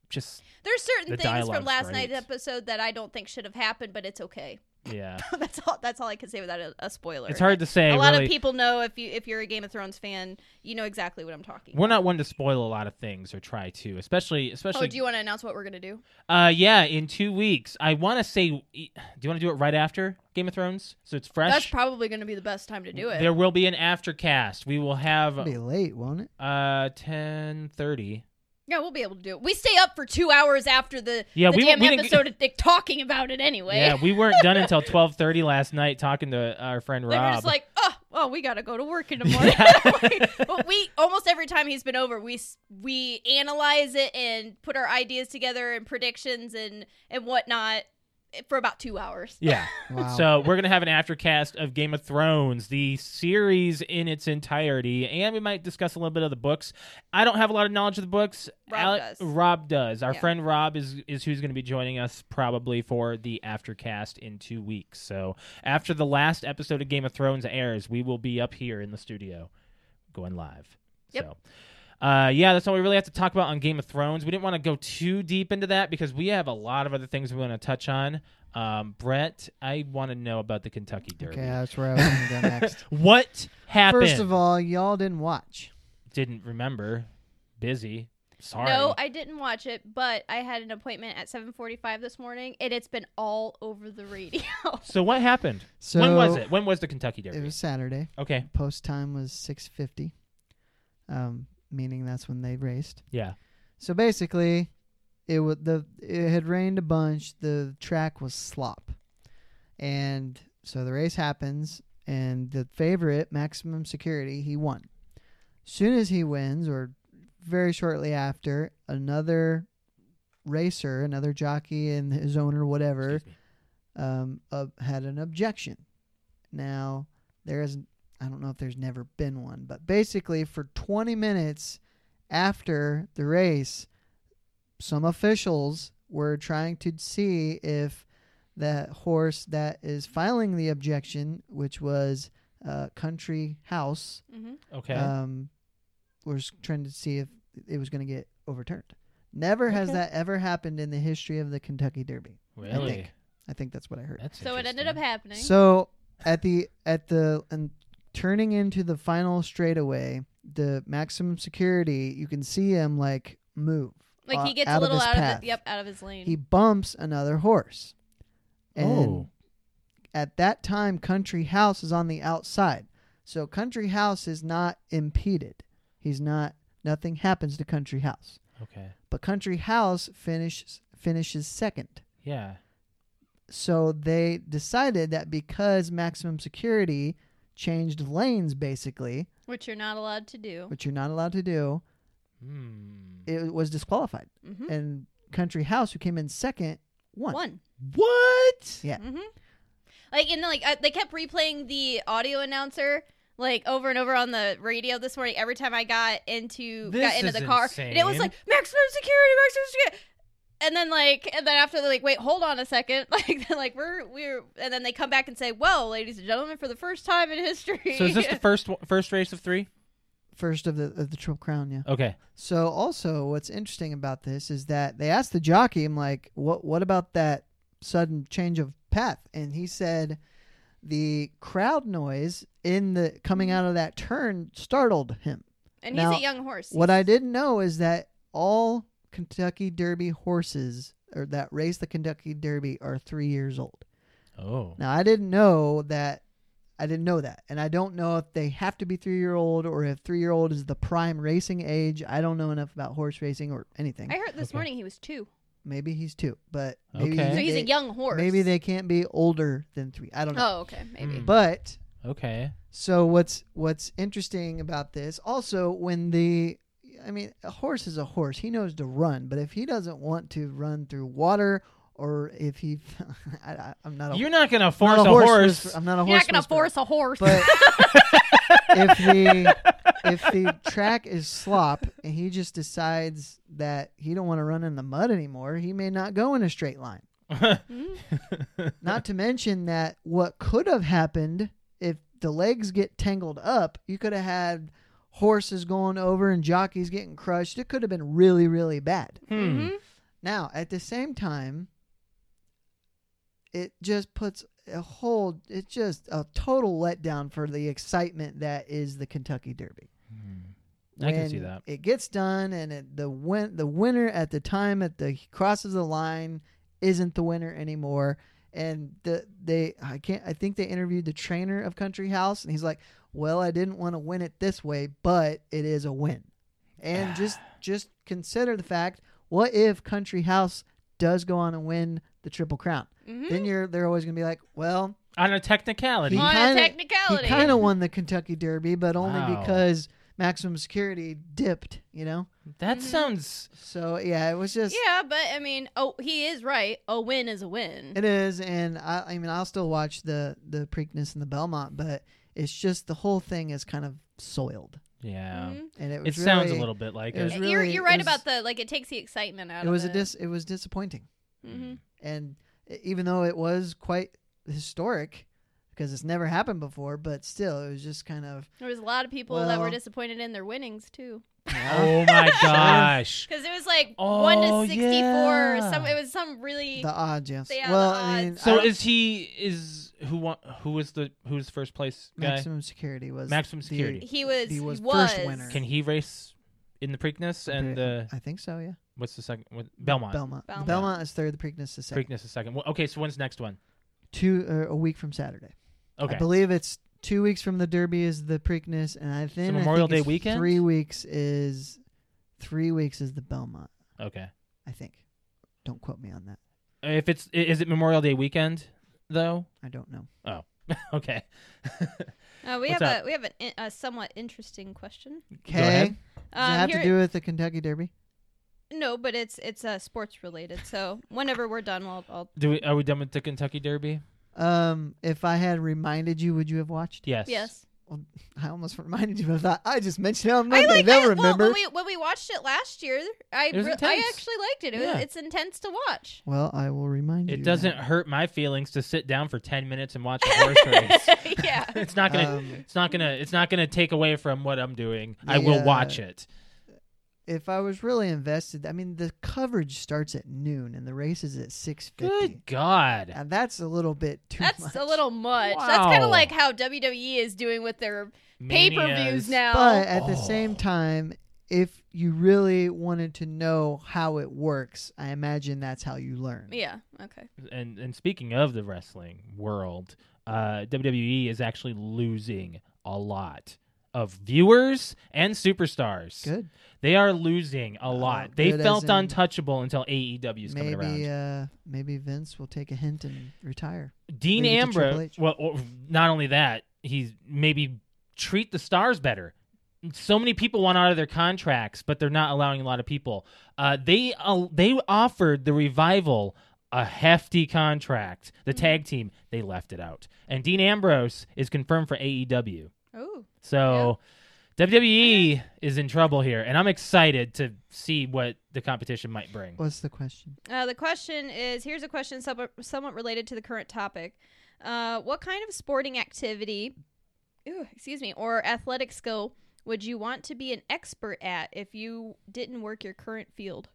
just
There's certain
The
things
dialogue's
from last
great.
night's episode that I don't think should have happened, but it's okay. <laughs>
yeah.
that's all. That's all I can say without a, a spoiler.
It's hard to say.
A lot
really.
of people know if you if you're a Game of Thrones fan, you know exactly what I'm talking.
We're not one to spoil a lot of things or try to, especially
about.
especially
Oh, do you want to announce what we're gonna do?
Uh, yeah, in two weeks. I want to say, e, do you want to do it right after Game of Thrones? So it's fresh.
That's probably gonna be the best time to do it.
There will be an aftercast. We will have <laughs>
It'll be late, won't it?
uh ten thirty.
Yeah, we'll be able to do it. We stay up for two hours after the,
Yeah,
the
we-
damn
we didn't-
episode of Dick talking about it anyway.
Yeah, we weren't done until twelve thirty last night talking to our friend
They
Rob.
were just like, oh, well, we gotta go to work
<laughs>
in the morning. <laughs> but we almost every time he's been over, we s- we analyze it and put our ideas together and predictions and and whatnot for about two hours.
yeah.
Wow.
So we're gonna have an aftercast of Game of Thrones, the series in its entirety, and we might discuss a little bit of the books. I don't have a lot of knowledge of the books.
Rob does.
Rob does. Our
Yeah.
friend Rob is is who's going to be joining us probably for the aftercast in two weeks. So after the last episode of Game of Thrones airs, we will be up here in the studio, going live.
Yep.
So. Uh, yeah, that's all we really have to talk about on Game of Thrones. We didn't want to go too deep into that because we have a lot of other things we want to touch on. Um, Brett, I want to know about the Kentucky Derby.
Okay, that's where I was going to go
<laughs>
next.
What happened?
First of all, y'all didn't watch.
didn't remember. Busy. Sorry.
No, I didn't watch it, but I had an appointment at 7:45 this morning, and it's been all over the
<laughs>
radio.
so what happened?
So
when was it? When was the Kentucky Derby?
It was Saturday.
okay.
Post time was 6:50, um, meaning that's when they raced.
Yeah.
So basically, it wa the it had rained a bunch. The track was slop, and so the race happens, and the favorite, Maximum Security, he won. Soon as he wins, or very shortly after, another racer, another jockey, and his owner, whatever,
Excuse me.
um, ob- had an objection. Now, there is, I don't know if there's never been one, but basically, for 20 minutes after the race, some officials were trying to see if that horse that is filing the objection, which was uh, Country House,
hmm
Okay.
um, was trying to see if it was going to get overturned. Never has
Okay.
that ever happened in the history of the Kentucky Derby.
really?
think. I think that's what I heard.
That's
So it ended up
interesting.
happening.
So at the at the and turning into the final straightaway, the maximum security, you can see him like move.
like
uh,
he gets
out
a
of
little
his
out of
path.
the, yep out of his lane.
He bumps another horse. And
Oh.
at that time Country House is on the outside. So Country House is not impeded. He's not nothing happens to Country House.
Okay.
But Country House finishes finishes second.
Yeah.
so they decided that because maximum security changed lanes basically
which you're not allowed to do.
which you're not allowed to do
Hmm.
it was disqualified
Mm-hmm.
and country house who came in second won
One.
What?
yeah
Mm-hmm. Like and then, like I, they kept replaying the audio announcer like over and over on the radio this morning. Every time I got into
This
got into
is
the car, and it was
insane.
like maximum security, maximum security. And then like and then after they're like wait hold on a second <laughs> like they're like we're we're and then they come back and say well ladies and gentlemen for the first time in history
So is this the first one- first race of three?
first of the of the triple crown yeah
Okay.
so also what's interesting about this is that they asked the jockey i'm like what what about that sudden change of path and he said the crowd noise in the coming out of that turn startled him
<laughs> and
now,
he's a young horse
What I didn't know is that all Kentucky Derby horses or that race the Kentucky Derby are three years old.
Oh.
Now I didn't know that I didn't know that. And I don't know if they have to be three year old or if three year old is the prime racing age. I don't know enough about horse racing or anything.
I heard this
Okay.
morning he was two
maybe he's two, but maybe
Okay.
so he's
they-
a young horse
maybe they Mm. can't be older than three. I don't know.
oh okay maybe
Hmm.
But
Okay.
So what's what's interesting about this? Also, when the I mean, a horse is a horse. He knows to run, but if he doesn't want to run through water, or if he, <laughs> I, I, I'm not a,
You're not gonna
I'm
force
not
a horse.
whisperer. I'm not a
you're
horse.
not gonna
whisperer.
force a horse <laughs>
But if the if the track is slop and he just decides that he don't want to run in the mud anymore, he may not go in a straight line.
Mhm.
Not to mention that what could have happened if the legs get tangled up, you could have had horses going over and jockeys getting crushed. It could have been really, really bad.
<laughs> hmm.
Mhm.
Now, at the same time, it just puts a whole, it's just a total letdown for the excitement that is the Kentucky Derby.
Hmm. I can see
When
that.
It gets done, and it, the win, the winner at the time at the he crosses the line isn't the winner anymore. And the they I can't I think they interviewed the trainer of Country House, and he's like, "Well, I didn't want to win it this way, but it is a win."
<sighs>
and just just consider the fact: what if Country House does go on and win the Triple Crown?
Mhm.
Hmm.
Then you're they're always gonna be like, well,
on a technicality.
He
On a
kinda-
technicality.
he kind of won the Kentucky Derby, but only
Wow.
because maximum security dipped. You know,
That
Mm-hmm.
Mhm.
sounds
so yeah, it was just
yeah, but I mean, oh, he is right. A win is a win.
It is, and I, I mean, I'll still watch the the Preakness and the Belmont, but it's just the whole thing is kind of soiled,
yeah.
Mhm.
and it
It
was
sounds a
really-
little bit like
it <laughs>
it.
was
you're,
really-
you're
it
right
was-
about the like. It takes the excitement out.
It
of
was a
it.
dis. It was disappointing,
Mhm.
and e- even though it was quite historic, because it's never happened before, but still, it was just kind of.
There was a lot of people that were
Well-
disappointed in their winnings too,
Oh
<laughs>
my gosh.
because it was like one
Oh,
to sixty-four. Or
yeah.
some it was some really.
The odd, yes.
Yeah, the
well, I mean,
odds.
So
I-
is he is who won who was the who's first place guy?
maximum security was
Maximum
the-
security.
he was
He was first winner.
Can he race in the Preakness and the
I think so, yeah.
what's the second what, Belmont?
Belmont. The
Belmont.
Belmont is third. The Preakness is second.
Preakness is second. Well, okay, so when's the next one?
Two uh, a week from Saturday.
Okay.
I believe it's two weeks from the Derby is the Preakness, and I think I
Memorial
think
Day
it's
weekend?
Three weeks is three weeks is the Belmont.
okay.
I think. Don't quote me on that.
If it's i- is it Memorial Day weekend though? <laughs>
I don't know.
Okay. <laughs>
Uh, we have
What's up?
a we have an, in- a somewhat interesting question. Um,
Okay.
ahead.
Does it have
here-
to do with the Kentucky Derby?
no, but it's it's uh, sports related. So whenever we're done, we'll. I'll,
Do we are we done with the Kentucky Derby?
Um, if I had reminded you, would you have watched?
Yes.
yes,
I almost <laughs> reminded you, but I thought I just mentioned it on
I
Monday.
like.
They'll
I, well,
remember.
when we when we watched it last year, I
It was
re- I
intense.
actually liked it. it
Yeah.
was, it's intense to
<laughs>
watch. <laughs>
Well, I will remind you.
It
now.
doesn't hurt my feelings to sit down for 10 minutes and watch a horse race.
yeah.
it's not going to
Um,
it's not going to it's not going to take away from what I'm doing. I
The,
will
uh,
watch it.
if I was really invested, I mean, the coverage starts at noon and the race is at six fifty,
Good god.
and that's a little bit too.
That's
much.
a little much. That's kind
Wow.
of like how WWE is doing with their pay per views
Manias.
now.
But at the same
Oh.
time, if you really wanted to know how it works, I imagine that's how you learn.
yeah. Okay.
and and speaking of the wrestling world, uh, WWE is actually losing a lot of viewers and superstars.
Good.
They are losing a
Uh,
lot. They
good as
felt
in-
untouchable until AEW's coming around.
Maybe uh, maybe Vince will take a hint and retire.
Dean
maybe to Triple
Ambrose.
H.
Well, or, not only that, he's maybe treat the stars better. So many people want out of their contracts, but they're not allowing a lot of people. Uh, they uh, they offered the revival a hefty contract. The tag team they left it out, and Dean Ambrose is confirmed for AEW.
Oh.
So WWE is in trouble here, and I'm excited to see what the competition might bring.
What's the question?
Uh, the question is here's a question somewhat, somewhat related to the current topic. Uh, what kind of sporting activity, ooh, excuse me, or athletic skill would you want to be an expert at if you didn't work your current field?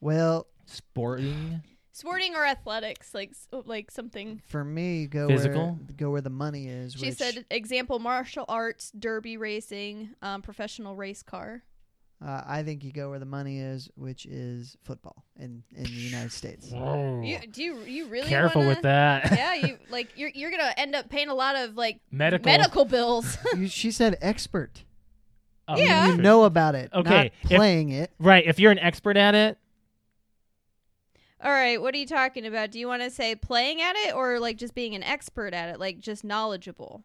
Well,
Sporting.
Sporting or athletics, like s- oh, like something.
for me, go
Physical?
where go where the money is.
She
which-
said, example: martial arts, derby racing, um, professional race car.
uh, "I think you go where the money is, which is football in in the
<laughs>
United States."
Whoa.
You, do you you really
Careful
wanna-
with that. <laughs>
yeah, you like you're you're gonna end up paying a lot of like
Medical. <laughs>
bills.
you, she said, "Expert,
Oh,
Yeah.
you know about it,
Okay,
not
if-
playing it."
Right. If you're an expert at it,
All right, what are you talking about? Do you want to say playing at it or like just being an expert at it, like just knowledgeable?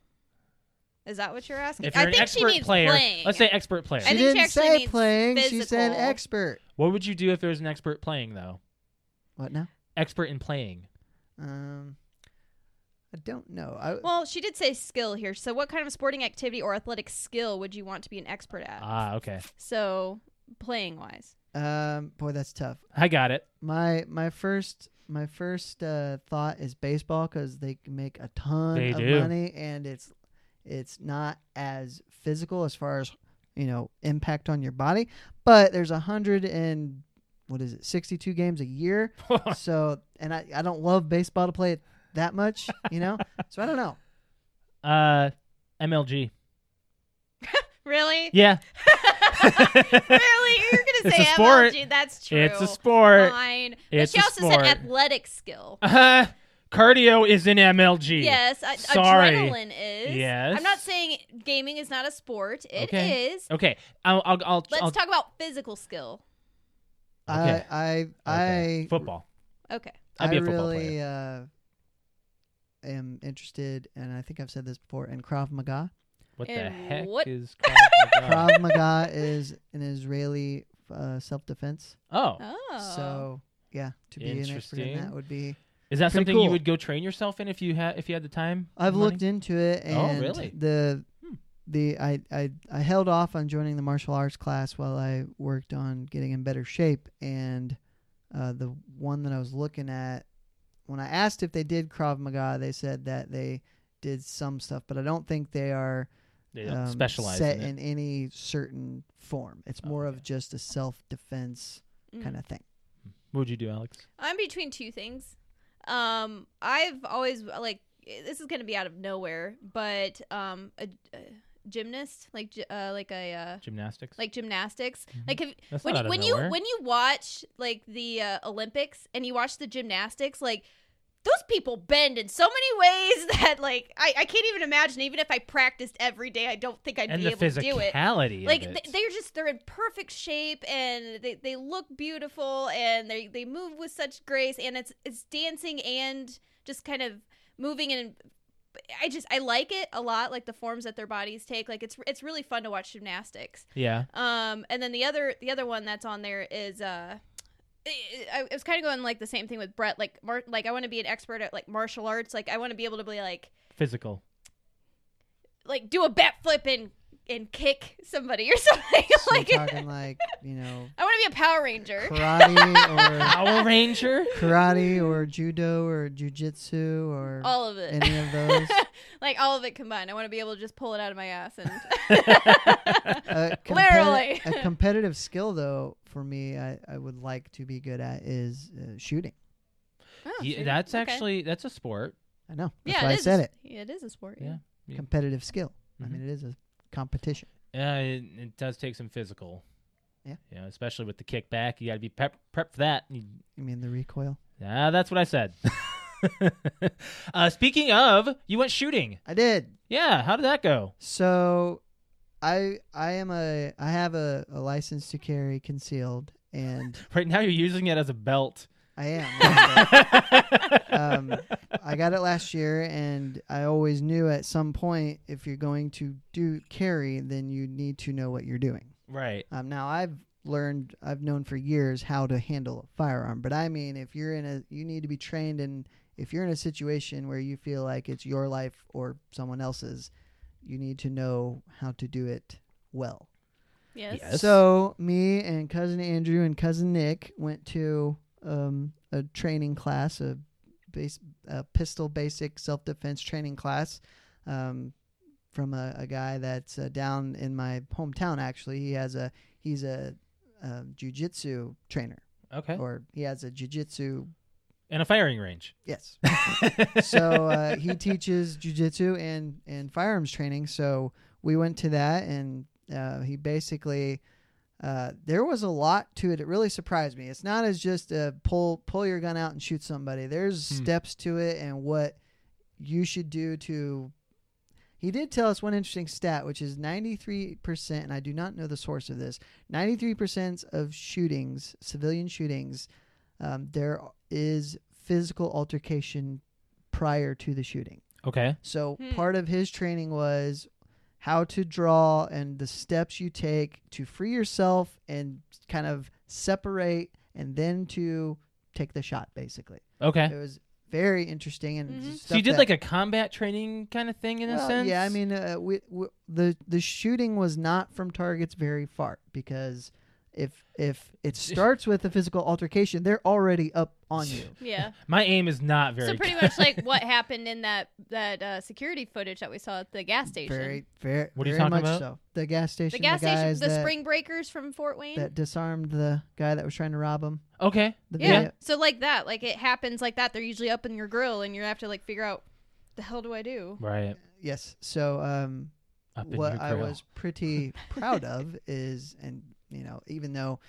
Is that what you're asking?
if you're
I
an
think
expert
she needs
player,
playing.
let's say expert player.
I
She
think she
didn't
actually
say
means
playing. She said
physical.
expert.
what would you do if there was an expert playing though?
What now?
Expert in playing.
Um, I don't know. I,
well, she did say skill here. So, what kind of sporting activity or athletic skill would you want to be an expert at?
Ah, okay.
so, playing wise,
um, boy, that's tough.
I got it. <laughs>
My my first my first uh, thought is baseball because they can make a ton
They
of
do.
money and it's it's not as physical as far as you know impact on your body. But there's a hundred and what is it sixty two games a year.
<laughs>
so and I I don't love baseball to play it that much, you
<laughs>
know. so I don't know.
uh, MLG.
really,
Yeah,
<laughs> really, you're gonna
It's
say
a sport.
MLG? That's true.
It's a sport.
Fine,
It's
but she
a
also
sport.
said athletic skill.
Uh, <laughs> Cardio is in MLG.
Yes, I,
Sorry.
adrenaline is.
Yes.
I'm not saying gaming is not a sport. It
Okay.
is.
Okay. I'll. I'll. I'll,
Let's
I'll
talk about physical skill.
Okay.
I I
okay.
I
football.
Okay.
<laughs> I'd be
I
a football
really
player.
uh, am interested, and I think I've said this before. In Krav Maga,
What the
And
heck
what-
is Krav Maga?
Krav Maga <laughs> is an Israeli uh, self-defense.
Oh,
<laughs> Oh.
So yeah, to be an expert in
Interesting.
that would be.
is that
Pretty
something you
cool.
would go train yourself in if you had if you had the time?
I've
and money?
looked into it,
Oh,
and
really?
the
Hmm.
the I, I I held off on joining the martial arts class while I worked on getting in better shape, and uh, the one that I was looking at, when I asked if they did Krav Maga, they said that they did some stuff, but I don't think they are
They don't
um,
specialize
set
in it.
any certain form. It's
Oh,
more
okay.
of just a self defense
Mm.
kind of thing.
What would you do, Alex?
I'm between two things. Um, I've always like this is gonna be out of nowhere, but um, a, a gymnast like gy- uh, like a uh,
Gymnastics.
like gymnastics.
Mhm.
Like have,
That's
when
not out of
when you
nowhere.
when you watch like the uh, Olympics and you watch the gymnastics, like those people bend in so many ways <laughs> that like I, I can't even imagine. Even if I practiced every day, I don't think I'd
and
be
the
able to do it
physicality. of
like
it.
th- they're just they're in perfect shape and they, they look beautiful and they they move with such grace and it's it's dancing and just kind of moving and I just I like it a lot like the forms that their bodies take like it's it's really fun to watch gymnastics
yeah.
um and then the other the other one that's on there is uh I, I was kind of going like the same thing with Brett like mar- like I want to be an expert at like martial arts like I want to be able to be like
Physical.
<laughs> like do a backflip and and kick somebody or <laughs> something
So
like
you're talking like you know
<laughs> I want to be a Power Ranger.
karate or
Power
<laughs>
Ranger.
karate or judo or jujitsu or
All of it.
any of
<laughs>
those.
like all of it combined. I want to be able to just pull it out of my ass and
<laughs> a competi-
Literally.
a competitive skill though for me I, I would like to be good at is uh, shooting
<laughs> Oh,
Yeah,
shoot.
that's
Okay.
actually that's a sport.
i know that's
yeah,
why
it
i
is
said
a,
it
Yeah, it is a sport.
Yeah.
Yeah.
Yeah.
competitive skill
Mhm.
i mean it is a competition
Yeah, Uh, it, it does take some physical.
Yeah.
You know, especially with the kickback, you got to be prep prep for that. You,
you mean the recoil
ah, that's what I said. <laughs> uh, speaking of, you went shooting.
i did
Yeah, how did that go?
so i i am a i have a, a license to carry concealed and
Right now, you're using it as a belt.
i
<laughs>
am um, I got it last year, and I always knew at some point if you're going to do carry, then you need to know what you're doing.
<laughs> right.
Um, now I've learned, I've known for years how to handle a firearm, but I mean, if you're in a, you need to be trained, and if you're in a situation where you feel like it's your life or someone else's, you need to know how to do it well.
Yes.
Yes.
So me and cousin Andrew and cousin Nick went to um, a training class, a base, a pistol basic self defense training class, um, from a, a guy that's uh, down in my hometown. Actually, he has a he's a, a jujitsu trainer,
Okay.
or he has a jujitsu.
And a firing range.
Yes. so uh, he teaches jujitsu and and firearms training. So we went to that, and uh, he basically uh, there was a lot to it. It really surprised me. It's not as just a pull pull your gun out and shoot somebody. There's
Hmm.
steps to it, and what you should do to. He did tell us one interesting stat, which is 93%, and I do not know the source of this 93% of shootings, civilian shootings, um, there is physical altercation prior to the shooting.
<laughs> Okay.
So
Hmm.
part of his training was how to draw and the steps you take to free yourself and kind of separate and then to take the shot basically.
Okay. Mm-hmm.
It was very interesting and
Mhm.
stuff
So you did
that-
like a combat training kind of thing in a
well,
sense.
Yeah, I mean, uh, we, we, the the shooting was not from targets very far because if if
<laughs>
it starts with a physical altercation, they're already up on you.
Yeah.
my aim is not very.
so pretty
good.
much like what happened in that that uh, security footage that we saw at the gas station.
Very, very,
What are you
very
talking
much
about?
so. The gas station,
the gas
guys
station, the
that,
spring breakers from Fort Wayne.
that disarmed the guy that was trying to rob him.
<laughs> okay.
The
yeah.
video.
So like that, like it happens like that. They're usually up in your grill, and you have to like figure out the hell do I do.
Right.
Yes. So, um,
Up in
what
your
I
grill.
was
<laughs>
pretty proud of is, and you know, even though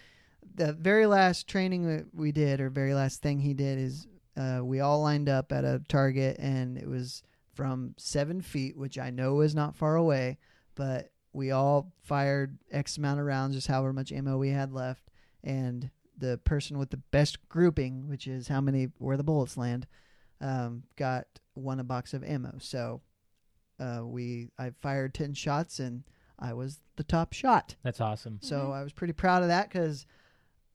the very last training that we did, or very last thing he did, is uh, we all lined up at a target, and it was from seven feet, which I know is not far away, but we all fired X amount of rounds, just however much ammo we had left, and the person with the best grouping, which is how many where the bullets land, um, got won a box of ammo. So uh, we I fired ten shots, and I was the top shot.
That's awesome.
So
Mhm.
I was pretty proud of that because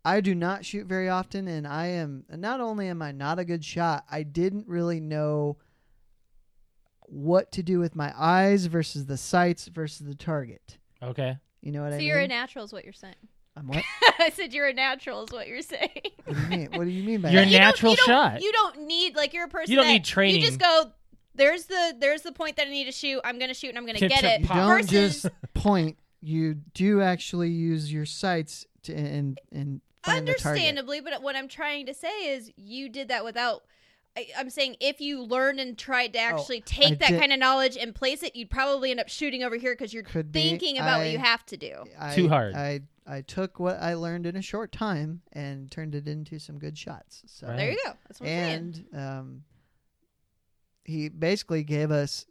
I do not shoot very often, and I am not only am I not a good shot, I didn't really know what to do with my eyes versus the sights versus the target.
Okay.
You know what
so
I mean?
you're a natural is what you're saying. <laughs>
I'm what?
I said you're a natural is what you're saying.
What do you mean? What do you mean by
You're
that?
You don't-
natural
you don't,
shot.
You don't need like you're a person.
You don't
that-
need training.
You just go. There's the there's the point that I need to shoot. I'm gonna shoot and I'm gonna
Tip,
get
tip,
it.
You
pop.
don't
Versus
just point. You do actually use your sights to and and find the target.
understandably, but what I'm trying to say is you did that without. I, I'm saying if you learned and tried to actually take
Oh, I
that
did-
kind of knowledge and place it, you'd probably end up shooting over here because you're
Could be.
thinking about
I-
what you have to do.
I-
Too hard.
I I took what I learned in a short time and turned it into some good shots. So
Right.
There you go. That's what I'm saying.
and um, he basically gave us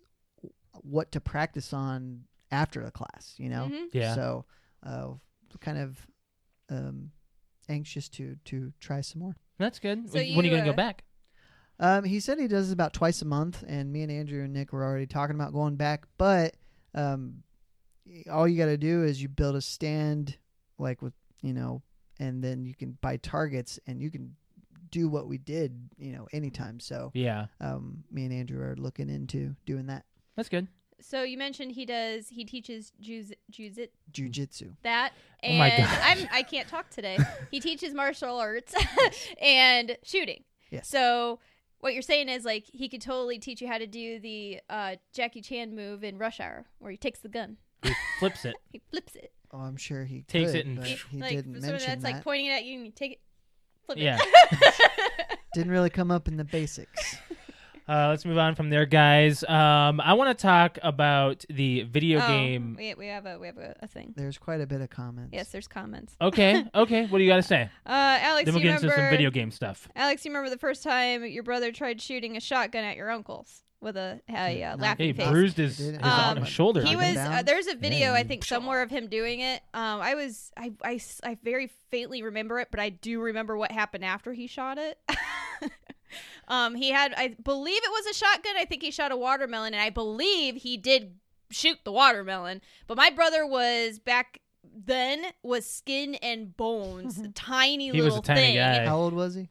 what to practice on after the class. You know,
Mhm.
<laughs> Yeah.
so uh, kind of um, anxious to to try some more.
That's good.
So
when when are you
you,
going to
uh,
go back?
Um, he said he does this about twice a month, and me and Andrew and Nick were already talking about going back. But um, y- all you got to do is you build a stand, like with you know, and then you can buy targets, and you can do what we did, you know, anytime. So
Yeah.
um, me and Andrew are looking into doing that
That's good.
So you mentioned he does. He teaches Jews. Jews it
jujitsu.
that.
Oh
And
my gosh.
I'm- I can't talk
<laughs>
today. he teaches martial arts <laughs> and shooting.
Yes.
So what you're saying is like he could totally teach you how to do the uh, Jackie Chan move in Rush Hour, where he takes the gun,
<laughs>
He flips it.
he flips it.
Oh, I'm sure he
Takes
could,
it and-
but
If,
he
like,
didn't
for
mention
someone that's
that.
like pointing it at you and you take it, flip <laughs>
Yeah.
it.
didn't really come up in the basics.
Uh, let's move on from there, guys. Um, I want to talk about the video
Oh,
game.
We, we have a we have a, a thing.
There's quite a bit of comments.
Yes, there's comments. <laughs>
Okay. Okay. What do you got to say?
Uh, Alex,
then we'll
you
get into
remember
some video game stuff.
Alex, you remember the first time your brother tried shooting a shotgun at your uncle's with a, a uh,
Not-
laughing
He
face?
bruised his,
Did
his
it-
Um,
arm- shoulder.
he
Knock
was
him
uh,
down?
there's a video i
you-
think somewhere of him doing it um i was I, I s- I very faintly remember it but i do remember what happened after he shot it <laughs> um he had i believe it was a shotgun i think he shot a watermelon and i believe he did shoot the watermelon but my brother was back then was skin and
<laughs>
bones tiny
He
little
was a tiny
thing
guy.
How old was he?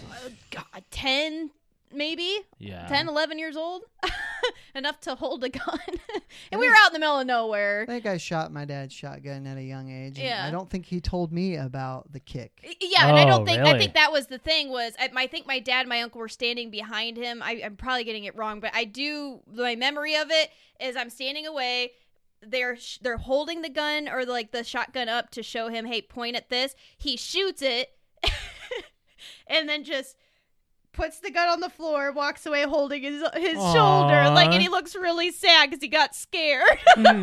Uh, god 10 maybe
yeah.
10 11 years old <laughs> enough to hold a gun <laughs> and we were out in the middle of nowhere
I think I shot my dad's shotgun at a young age. and
Yeah.
I don't think he told me about the kick.
Y- Yeah, and I
Oh,
don't think
really?
I think that was the thing was I, I think my dad and my uncle were standing behind him. I, I'm probably getting it wrong, but I do my memory of it is I'm standing away. They're sh- they're holding the gun or like the shotgun up to show him, hey, point at this. He shoots it, <laughs> and then just puts the gun on the floor, walks away holding his his
Aw.
shoulder, like, and he looks really sad because he got scared.
Mm.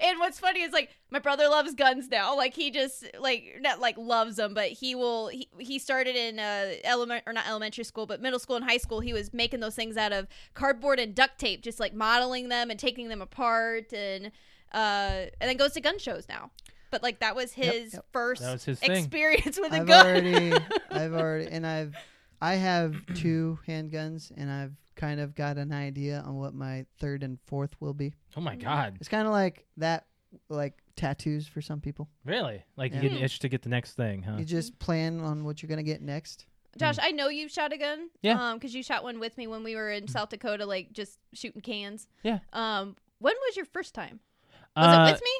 And what's funny is like my brother loves guns now. Like he just like not like loves them, but he will. He, he started in uh, element or not elementary school, but middle school and high school. He was making those things out of cardboard and duct tape, just like modeling them and taking them apart, and uh, and then goes to gun shows now. But like that was
Yep,
his
yep.
first
That was his thing.
experience with a
I've
gun.
already, I've already, and I've, I have two handguns, and I've kind of got an idea on what my third and fourth will be.
<laughs> oh my god.
It's kind of like that, like tattoos for some people.
Really? Like
Yeah.
you get an itch to get the next thing, huh?
You just plan on what you're gonna get next.
<laughs> Josh, I know you shot a gun.
Yeah. Mm-hmm.
because you shot one with me when we were in South Dakota, like just shooting cans.
Yeah.
Um, when was your first time? Was
Uh,
it with me?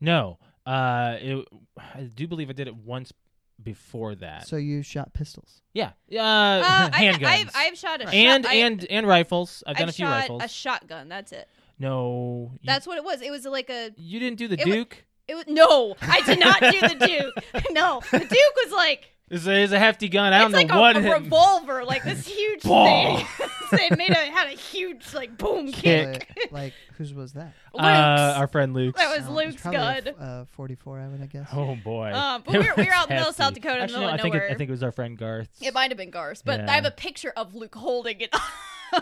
No. Uh, it, I do believe I did it once before that.
So you shot pistols.
yeah. <laughs> Uh,
Uh, I-
handguns.
I've, I've shot a
and
shot, I-
and and rifles. I've
I
done a few
shot
rifles.
a shotgun. That's it.
no. you-
That's what it was. It was like a.
you didn't do the
It wa-
Duke. <laughs>
<laughs> It was no. I did not do the Duke. No, the Duke was like
It's a, it's a hefty gun. I
it's
don't
like
know
a,
what
a
it-
revolver, like this huge
Ball.
thing. <laughs> it made a had a huge like boom
Kick.
kick.
But, like whose was that?
<laughs> Luke's.
<laughs> uh, our friend Luke.
That was
Uh,
Luke's
probably a
gun.
f- Uh, 44, I would I guess.
<laughs> Oh boy.
Um,
<laughs>
but
It
we were- we were
was
out in the middle of South
hefty.
Dakota in the
Actually,
middle
no,
of
I think it, I
nowhere.
think it was our friend Garth. <laughs>
it might have been Garth, but
Yeah.
I have a picture of Luke holding it. <laughs> up.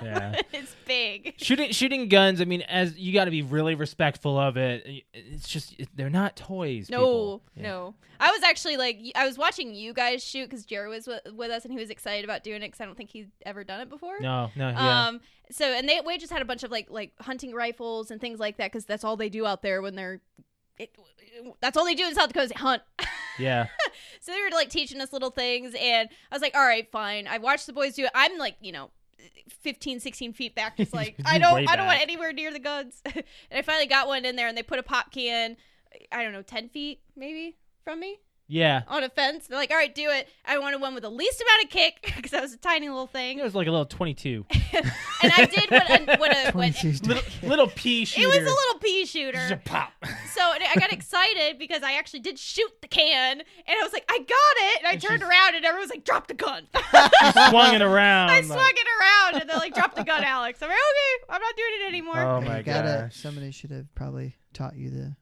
Yeah.
it's big.
shooting shooting guns. I mean, as you got to be really respectful of it. It's just it- they're not toys.
No,
people. Yeah.
no. I was actually like, I was watching you guys shoot because Jerry was with, with us and he was excited about doing it because I don't think he'd ever done it before.
no, no. Yeah.
Um. So and they we just had a bunch of like like hunting rifles and things like that because that's all they do out there when they're. It, that's all they do in South Dakota is hunt. <laughs>
yeah.
So they were like teaching us little things, and I was like, all right, fine. I watched the boys do it. I'm like, you know. 15 16 feet back
<laughs>
just like
You're
i don't
way
i don't want
back.
anywhere near the guns <laughs> and i finally got one in there and they put a pop can i don't know 10 feet maybe from me
Yeah.
on a fence they're like all right do it i wanted one with the least amount of kick <laughs> because i was a tiny little
I
thing
<laughs> think it was like a
<laughs>
little 22.
and i did what a, what a what,
<laughs> 26
little, little pea shooter.
it was a little pea
Just a
shooter <laughs>
pop.
so and I got excited because I actually did shoot the can, and I was like, I got it. And I
And
turned
she's-
around, and everyone was like, drop the gun. <laughs>
Oh swung it around.
I
like-
swung it around, and they're like, drop the gun, Alex. I'm like, okay, I'm not doing it anymore.
Oh
You
my
gotta-
gosh.
Somebody should have probably taught you
<laughs>
the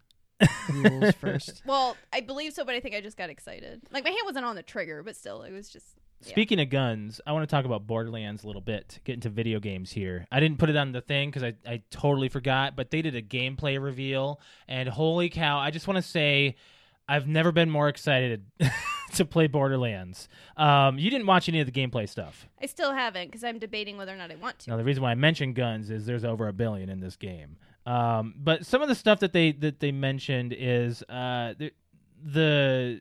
rules first.
Well, I believe so, but I think I just got excited. Like my hand wasn't on the trigger, but still, it was just. yeah.
Speaking of guns, I want to talk about Borderlands a little bit. Get into video games here. I didn't put it on the thing because I, I totally forgot, but they did a gameplay reveal, and holy cow! I just want to say, I've never been more excited <laughs> to play Borderlands. Um, you didn't watch any of the gameplay stuff.
I still haven't because I'm debating whether or not I want to.
Now the reason why I mentioned guns is there's over a billion in this game. Um, but some of the stuff that they that they mentioned is uh, the, the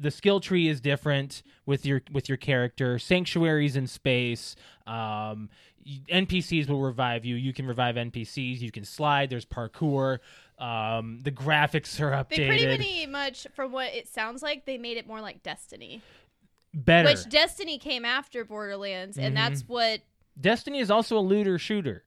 the skill tree is different with your with your character. Sanctuaries in space. Um, y- NPCs will revive you. You can revive NPCs. You can slide. There's parkour. Um, the graphics are
They
updated.
pretty much, from what it sounds like, they made it more like Destiny,
better. Mm-hmm.
which Destiny came after Borderlands, and that's what
Destiny is also a looter shooter.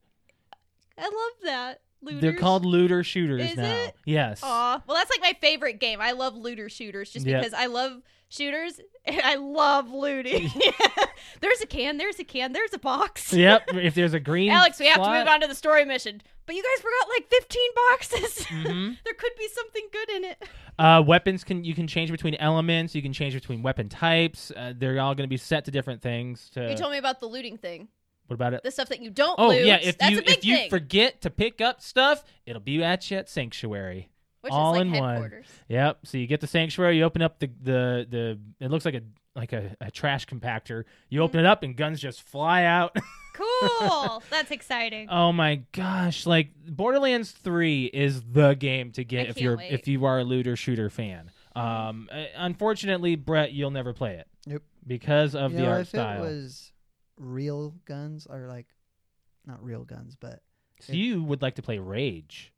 I love that. Looters.
They're called looter shooters
Is
now.
it?
Yes.
Aw, well, that's like my favorite game. I love looter shooters just
Yeah.
because I love shooters and I love
<laughs>
looting. <laughs> there's a can, there's a can, there's a box.
Yep. If there's a
<laughs>
green.
Alex, we have to
slot-
move on to the story mission. But you guys forgot like 15 boxes. <laughs>
Mhm.
there could be something good in it.
Uh, weapons can you can change between elements. You can change between weapon types. Uh, they're all going to be set to different things. To
you told me about the looting thing,
what about it?
the stuff that you don't
Oh
loot.
yeah, if
that's
you
a big
if you
thing.
forget to pick up stuff, it'll be at you at sanctuary.
which
all
is like
in one.
headquarters.
Yep. So you get the sanctuary. You open up the the the. It looks like a like a, a trash compactor. You open
Mm-hmm.
it up and guns just fly out.
<laughs> Cool. that's
<laughs>
exciting.
oh my gosh! Like Borderlands Three is the game to get if
can't
you're
wait.
if you are a looter shooter fan. Um, uh, unfortunately, Brett, you'll never play it.
Nope.
Because of
you
the
know,
art
if
style.
it was real guns or like not real guns, but
So you would like to play Rage.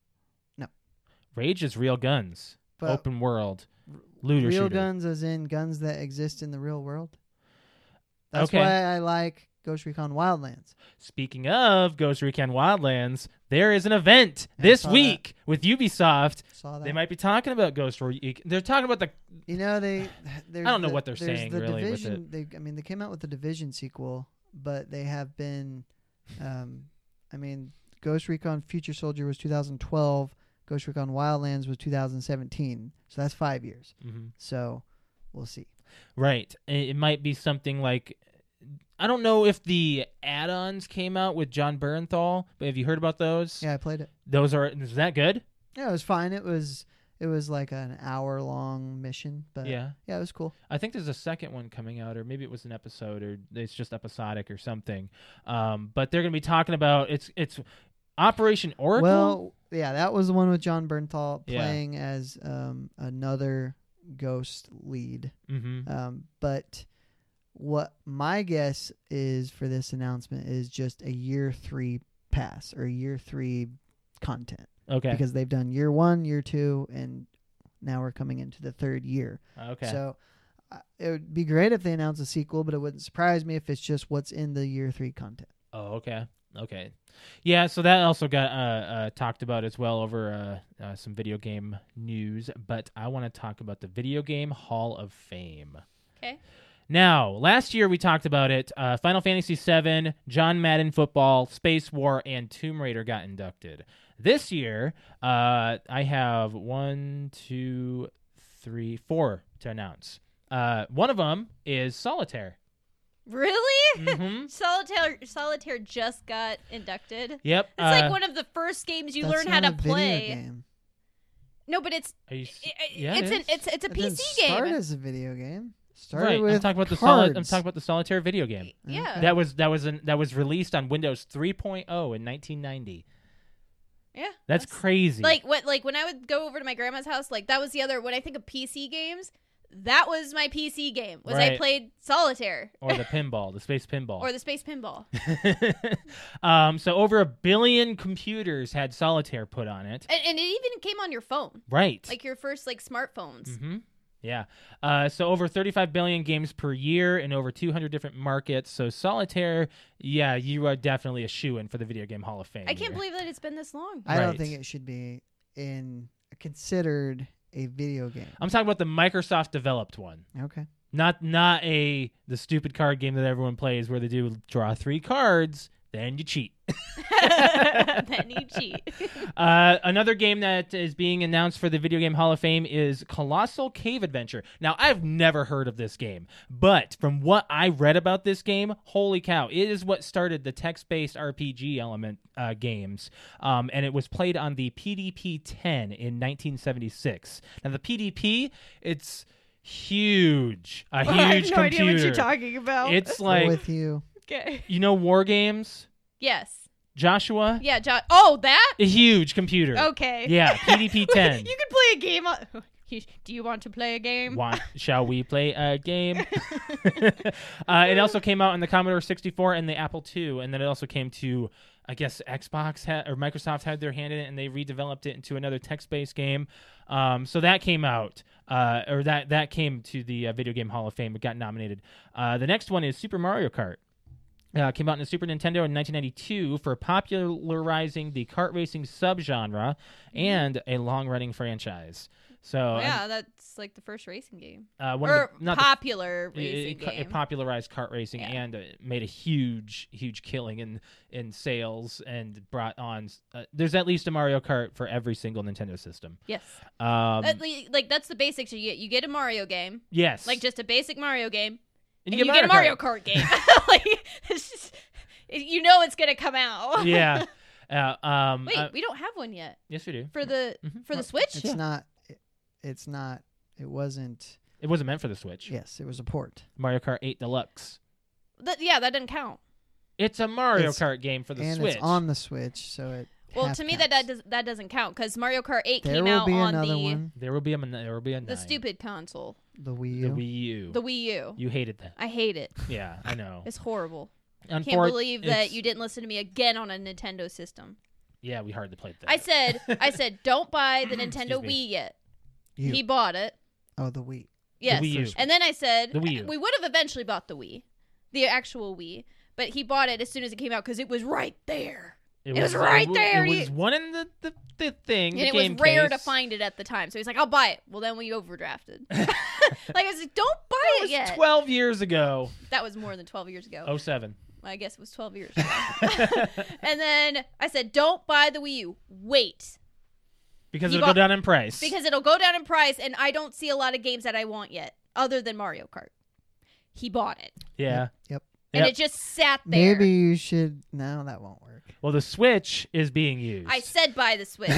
No.
Rage is real guns.
but
open world. Looter
real
shooter.
guns as in guns that exist in the real world. That's
Okay.
why I like Ghost Recon Wildlands.
Speaking of Ghost Recon Wildlands, there is an event
I
this
saw that.
week with Ubisoft.
Saw that.
They might be talking about Ghost Recon. They're talking about the
You know
<sighs>
they. There's
don't know
the-
what they're
there's
saying,
the
really, with
division. They, I mean, they came out with the division sequel, but they have been. Um, I mean, Ghost Recon Future Soldier was 2012. Ghost Recon Wildlands was 2017. So that's five years.
mm-hmm.
So we'll see.
right. It it might be something like I don't know if the add-ons came out with John Bernthal, but have you heard about those?
Yeah, I played it.
Those are is that good?
Yeah, it was fine. It was it was like an hour long mission, but yeah,
yeah.
it was cool.
I think there's a second one coming out, or maybe it was an episode, or it's just episodic or something. Um, but they're going to be talking about it's it's Operation Oracle.
Well, yeah, that was the one with John Bernthal
Yeah.
playing as um, another ghost lead.
hmm
Um, but what my guess is for this announcement is just a year three pass or year three content
okay,
because they've done year one, year two, and now we're coming into the third year.
okay,
So uh, it would be great if they announce a sequel, but it wouldn't surprise me if it's just what's in the year three content.
oh okay, okay, yeah. So that also got uh, uh, talked about as well over uh, uh, some video game news. But I want to talk about the video game Hall of Fame.
Okay.
Now, last year we talked about it. Uh, Final Fantasy VII, John Madden Football, Space War, and Tomb Raider got inducted. This year, uh, I have one, two, three, four to announce. Uh, one of them
<laughs>
is Solitaire.
Really?
hmm
<laughs> Solitaire Solitaire just got inducted. It's
Yep. uh,
like one of the first games you
That's
learn how to
not a video
play.
game.
No, but it's
are you s-
i i-
yeah,
it's
it
an
is.
it's it's a
It didn't
PC
Start
game.
as a video game. Started
right.
with
I'm talking about the
cards.
solid. I'm talking about the Solitaire video game.
Yeah.
That was that was an, that was released on Windows 3.0 in 1990.
yeah.
That's crazy.
Like what? Like when I would go over to my grandma's house, like that was the other. When I think of PC games, that was my PC game. Was I
Right.
played solitaire
or the pinball, the space pinball.
or the space pinball? <laughs>
<laughs> um, so over a billion computers had solitaire put on it.
and, and it even came on your phone,
Right.
like your first like smartphones.
hmm Yeah. Uh, so over 35 billion games per year in over 200 different markets. So solitaire, yeah, you are definitely a shoe in for the video game Hall of Fame.
I can't
here.
believe that it's been this long.
<laughs>
I
Right.
don't think it should be in considered a video game.
I'm talking about the Microsoft developed one.
Okay.
Not not a the stupid card game that everyone plays where they do draw three cards, then you cheat.
<laughs> then you cheat.
Uh, another game that is being announced for the Video Game Hall of Fame is Colossal Cave Adventure. Now, I've never heard of this game, but from what I read about this game, holy cow, it is what started the text based RPG element uh, games. Um, and it was played on the PDP 10 in 1976. Now, the PDP, it's huge. A huge computer.
talking about.
It's
We're
like,
with you.
<laughs> okay.
you know, War Games?
Yes.
Joshua?
Yeah. Oh, Jo- oh, that.
A huge computer.
Okay. <laughs>
Yeah, PDP 10.
you could play a game. On- <laughs> You- Do you want to play a game? <laughs>
Want, shall we play a game? <laughs> uh, it also came out in the Commodore 64 and the Apple II, and then it also came to, I guess, Xbox had, or Microsoft had their hand in it, and they redeveloped it into another text-based game. Um, so that came out, uh, or that that came to the uh, Video Game Hall of Fame. It got nominated. Uh, the next one is Super Mario Kart. Uh, came out in the Super Nintendo in 1992 for popularizing the kart racing subgenre and a long-running franchise. So uh, I'm-
yeah, that's like the first racing game.
uh, one
or
of the, not the-
popular
it-
racing
it, cu-
game.
it popularized kart racing
Yeah.
and uh, made a huge, huge killing in in sales and brought on. s- Uh, there's at least a Mario Kart for every single Nintendo system.
yes.
Um,
At lea- like that's the basics you get. You get a Mario game,
yes,
like just a basic Mario game,
And
and you, get, a Mario Kart, game. <laughs> like, it's just, you know it's gonna come out.
yeah. Uh,
<laughs>
um,
Wait,
uh,
we don't have one yet
yes, we do.
for the
Mhm.
for the Switch.
It's not. It, it's not. It wasn't.
It wasn't meant for the Switch.
Yes, it was a port.
Mario Kart 8 Deluxe.
Th- yeah, that doesn't count.
It's a Mario
It's-
Kart game for the
and
Switch.
it's on the Switch, so it.
Well,
half
to me
counts.
that that, does, that doesn't count because Mario Kart Eight
There
came
will
out
be
on
another
the
one.
there will be a. There will be a.
the
nine.
stupid console,
The Wii U.
The Wii U.
the Wii U.
you hated that.
I hate it.
Yeah,
<laughs>
I know.
It's horrible.
Unfor-
Can't believe that
it's-
you didn't listen to me again on a Nintendo system.
Yeah, we hardly played that.
I said, I
<laughs>
said, don't buy the Nintendo
Excuse me.
Wii yet.
You.
He bought it.
oh, the Wii.
Yes.
Wii U.
And then I said,
The Wii U.
we would have eventually bought the Wii, the actual Wii, but he bought it as soon as it came out because it was right there. It was right
w-
there,
It
you-
was one in the, the, the thing.
And
the
it was
game
rare to
case.
find it at the time. So he's like, I'll buy it. Well, then we overdrafted.
<laughs>
<laughs> like, I was like, don't buy
That
it
was Oh.
yet.
12 years ago.
That was more than 12 years ago.
07.
I guess it was 12
<laughs>
years ago. <laughs> and then I said, don't buy the Wii U. Wait.
Because
You
it'll go
bought-
down in price.
because it'll go down in price and I don't see a lot of games that I want yet other than Mario Kart. He bought it
yeah.
Yep.
and
Yep.
it just sat there.
Maybe you should. No, that won't work.
<laughs> Well, the Switch is being used.
I said buy the
<laughs>
Switch.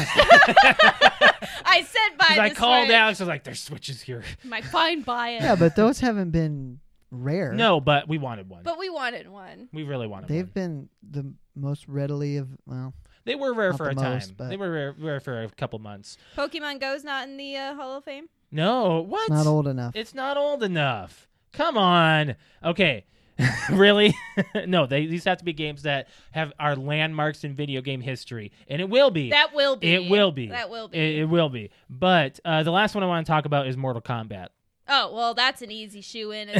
<laughs> I said buy
'Cause
the
I called
Switch.
Alex. I was like, there's Switches here.
My fine buy it.
Yeah, but those haven't been rare.
No, but we wanted one.
But we wanted one.
we really wanted
they've
one.
been the most readily of. Well,
They were rare
not
for
the
a
most,
time.
but-
They were rare, rare for a couple months.
Pokemon Go's not in the uh, Hall of Fame.
No, what?
it's not old enough.
It's not old enough. Come on. Okay. <laughs> really? <laughs> no, they, these have to be games that have are landmarks in video game history, and it will be.
That will be.
It will be.
That will be.
It, it will be. But uh, the last one I want to talk about is Mortal Kombat.
oh well, that's an easy shoe in as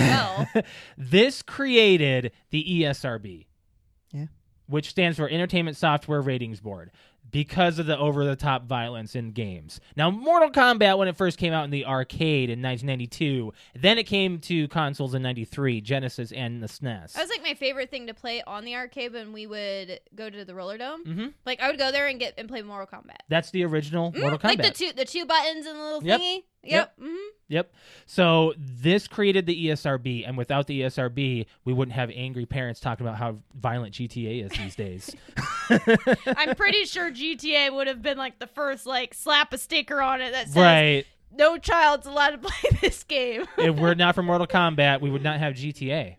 <laughs>
well.
this created the E ESRB.
Yeah.
Which stands for Entertainment Software Ratings Board. because of the over the top violence in games. Now, Mortal Kombat, when it first came out in the arcade in 1992, then it came to consoles in 93, Genesis, and the E SNES.
That was like my favorite thing to play on the arcade when we would go to the roller dome.
Mhm.
Like I would go there and get and play Mortal Kombat.
That's the original
Mm,
Mortal Kombat.
Like the two the two buttons and the little
Yep.
thingy. Yep.
Yep.
hmm
Yep. So this created the E ESRB, and without the E ESRB, we wouldn't have angry parents talking about how violent GTA is these days.
I'm pretty sure GTA would have been like the first like slap a sticker on it that says
right.
no child's allowed to <laughs> play this
<laughs>
game.
if we're not for Mortal Kombat, we would not have GTA.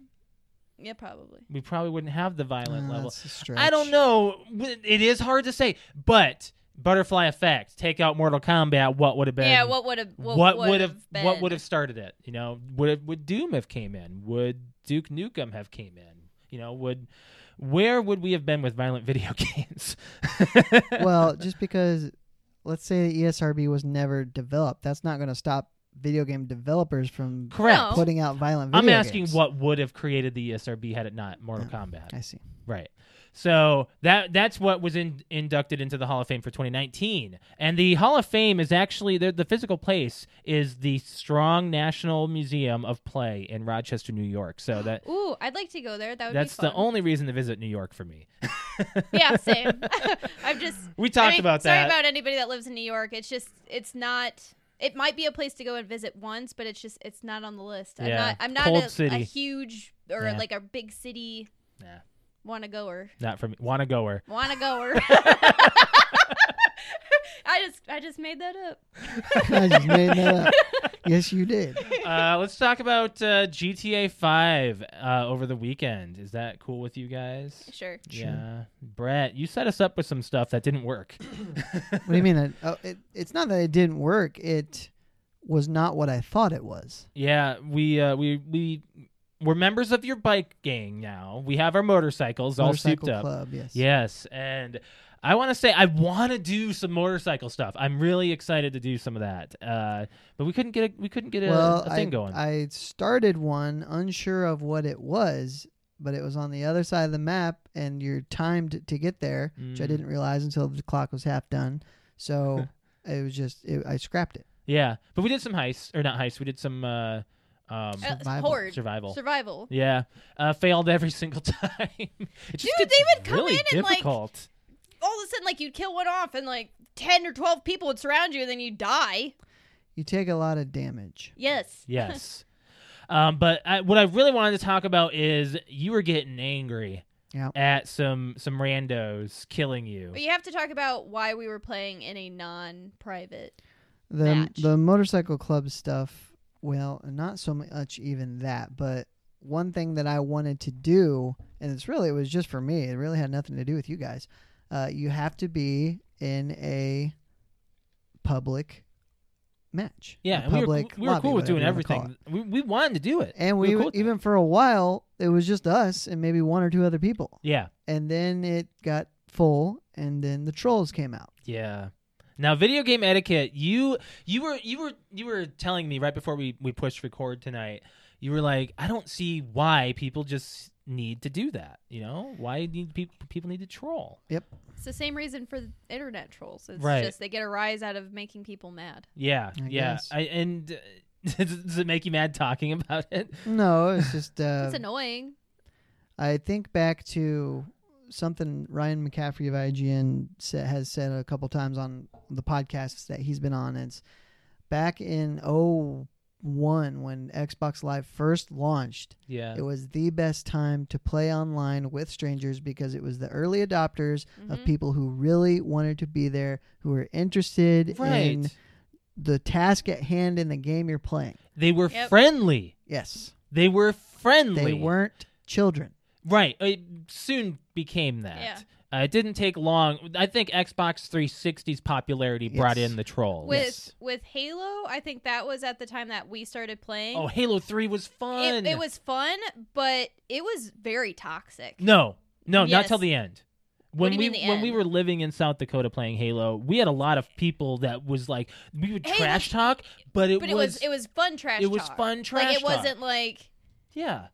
Yeah, probably.
We probably wouldn't have the violent
Uh,
level.
that's a stretch.
I
<laughs>
don't know. It is hard to say, but butterfly effect. Take out Mortal Kombat. What would have been?
yeah, what would have what,
would have
been?
what would have started it? You know, would would Doom have came in? Would Duke Nukem have came in? You know, would where would we have been with violent <laughs> video
<laughs>
games?
well, just because let's say E the ESRB was never developed, that's not going to stop video game developers from
correct.
No.
putting out violent video
I'm asking
games.
what would have created the E ESRB had it not Mortal
Yeah.
Kombat.
I see.
Right. So that that's what was in, inducted into the Hall of Fame for 2019, and the Hall of Fame is actually the, the physical place is the Strong National Museum of Play in Rochester, New
<gasps>
York. So that
Ooh, I'd like to go there. That would
that's
be fun.
the only reason to visit New York for me.
<laughs> Yeah,
<laughs>
same. <laughs> I'm just
We
I
talked
mean,
about
sorry
that.
about anybody that lives in New York. It's just it's not. It might be a place to go and visit once, but it's just it's not on the list.
Yeah.
I'm not. I'm
Cold
not a, a
city.
huge or
Yeah.
like a big city
Nah,
wanna goer.
not for me. Wanna goer.
Wanna goer. I just I just made that up.
I just made that up. Yes, you did.
<laughs> uh, let's talk about uh, GTA 5 uh, over the weekend. Is that cool with you guys?
Sure.
Sure.
Yeah, Brett, you set us up with some stuff that didn't work.
What do you mean? It, oh, it, it's not that it didn't work. It was not what I thought it was.
Yeah, we uh, we we we're members of your bike gang now. We have our motorcycles all souped
Motorcycle
up.
club. Yes.
Yes, and I want to say I want to do some motorcycle stuff. I'm really excited to do some of that. Uh, but we couldn't get a, we couldn't get a,
well,
a thing
I,
going.
I started one, unsure of what it was, but it was on the other side of the map, and you're timed to get there, which I
Mm.
didn't realize until the clock was half done.
<laughs>
So it was just it, I scrapped it.
yeah, but we did some heists or not heists. We did some uh, um,
Uh,
Survival.
horde.
survival.
Survival.
yeah, uh, failed every single <laughs> time. It just
Dude,
gets
they would come
really
in and, like,
difficult.
<laughs> All of a sudden, like you'd kill one off, and like ten or twelve people would surround you, and then you die.
You take a lot of damage.
Yes.
Yes. um, but I, what I really wanted to talk about is you were getting angry
Yeah.
at some some randos killing you.
But you have to talk about why we were playing in a non-private.
The
Match.
the motorcycle club stuff. Well, not so much even that, but one thing that I wanted to do, and it's really it was just for me. It really had nothing to do with you guys. Uh, you have to be in a public match.
Yeah,
a
and we were,
public
we were
lobby,
cool with doing
whatever you wanna call
everything. We, we wanted to do it,
it. And we,
were cool with
even for a while it was just us and maybe one or two other people,
that. yeah,
and then it got full, and then the trolls came out.
yeah. Now, video game etiquette. You you were you were you were telling me right before we we pushed record tonight. You were like, I don't see why people just need to do that. You know, why need people people need to troll?
It's the same reason for the internet trolls. It's
Right.
just they get a rise out of making people mad.
Yeah,
I
yeah.
guess.
I and. uh, <laughs> Does it make you mad talking about it?
No, it's
<laughs>
just uh,
It's annoying.
I think back to something Ryan McCaffrey of IGN sa has said a couple times on the podcasts that he's been on. It's back in '01 when Xbox Live first launched.
Yeah.
It was the best time to play online with strangers because it was the early adopters of
Mhm.
people who really wanted to be there, who were interested in
Right.
the task at hand in the game you're playing.
They were
Yep.
friendly.
Yes.
They were friendly.
They weren't children.
Right. It soon became that.
Yeah.
Uh, it didn't take long. I think Xbox 360's popularity brought
Yes.
in the trolls.
With
Yes.
with Halo, I think that was at the time that we started playing.
Oh, Halo 3 was fun.
it, it was fun, but it was very toxic.
No. No, not
Yes.
till the end.
What
When
do
we
you mean the
when we
end?
were living in South Dakota playing Halo, we had a lot of people that was like we would
Hey,
trash talk, but it
but
was
it was it was fun trash.
it was
talk.
fun trash
Like it
talk.
wasn't like
yeah.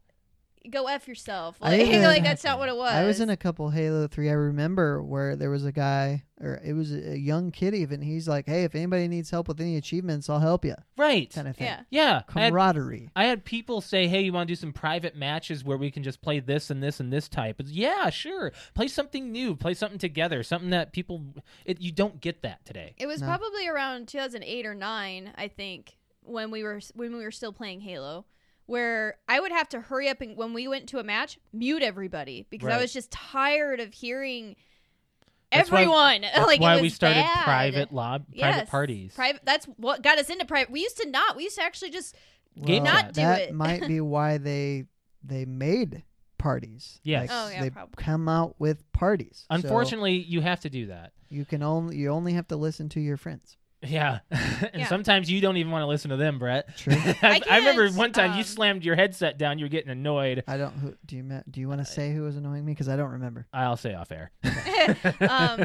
go f yourself.
I
Like, <laughs>
even-
like that's not what it was.
I was in a couple Halo 3 I remember where there was a guy or it was a a young kid even he's like, "Hey, if anybody needs help with any achievements, I'll help you."
right.
kind of thing.
yeah.
Yeah. I had,
Camaraderie.
I had people say, hey, you want to do some private matches where we can just play this and this and this type? It's, yeah, sure. Play something new. Play something together. Something that people, it, you don't get
<laughs>
that today.
It was
No.
probably around 2008 or 9, I think, when we were when we were still playing Halo, where I would have to hurry up and when we went to a match, mute everybody because I
Right.
was just tired of hearing
That's why-
everyone. <laughs>
That's
like it
why
was
we started
bad.
private lob,
Yes.
private parties.
Private that's what got us into private. We used to not. We used to actually just
Game
Well,
Not do
that
it. <laughs>
might be why they they made parties.
Yes.
Oh, yeah,
they
probably.
come out with parties. So
Unfortunately, you have to do that.
you can only you only have to listen to your friends.
Yeah. <laughs> and
Yeah.
sometimes you don't even want to listen to them, Brett.
True.
<laughs> I, I remember
can't,
one time
um,
you slammed your headset down. You were getting annoyed.
I don't. Who, do you ma- do you
Uh,
want to say who was annoying me? Because I don't remember.
I'll say off air. <laughs>
<laughs> um,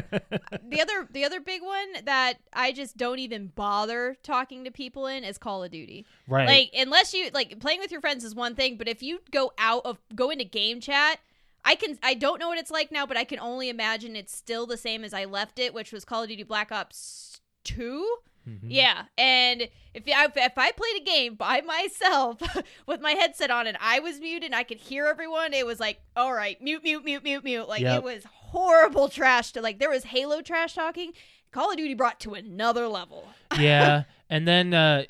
the other the other big one that I just don't even bother talking to people in is Call of Duty.
right.
Like unless you like playing with your friends is one thing, but if you go out of go into game chat, I can I don't know what it's like now, but I can only imagine it's still the same as I left it, which was Call of Duty Black Ops 2.
Mhm.
Yeah, <laughs> and if I, if I played a game by <laughs> myself with my headset on and I was muted and I could hear everyone, it was like, all right, mute, mute, mute, mute, mute. Like
Yep.
it was horrible trash. To like there was Halo trash talking. Call of Duty brought to another level.
yeah and then uh,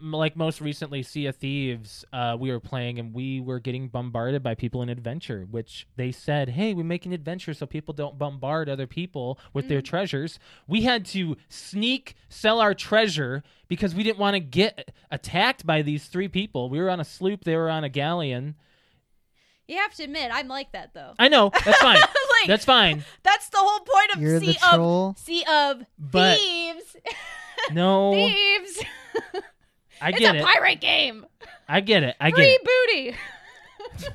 m- like most recently sea of thieves uh, we were playing and we were getting bombarded by people in adventure which they said hey we make an adventure so people don't bombard other people with
Mm.
their treasures we had to sneak sell our treasure because we didn't want to get attacked by these three people we were on a sloop they were on a galleon
You have to admit, I'm like that though. <laughs>
i know that's fine
like
that's fine
that's the whole point of
You're
sea
the
of
troll.
sea of
But-
thieves. <laughs>
no
thieves.
i
it's a
get it
pirate game.
i get it i get
Free
it
booty. <laughs>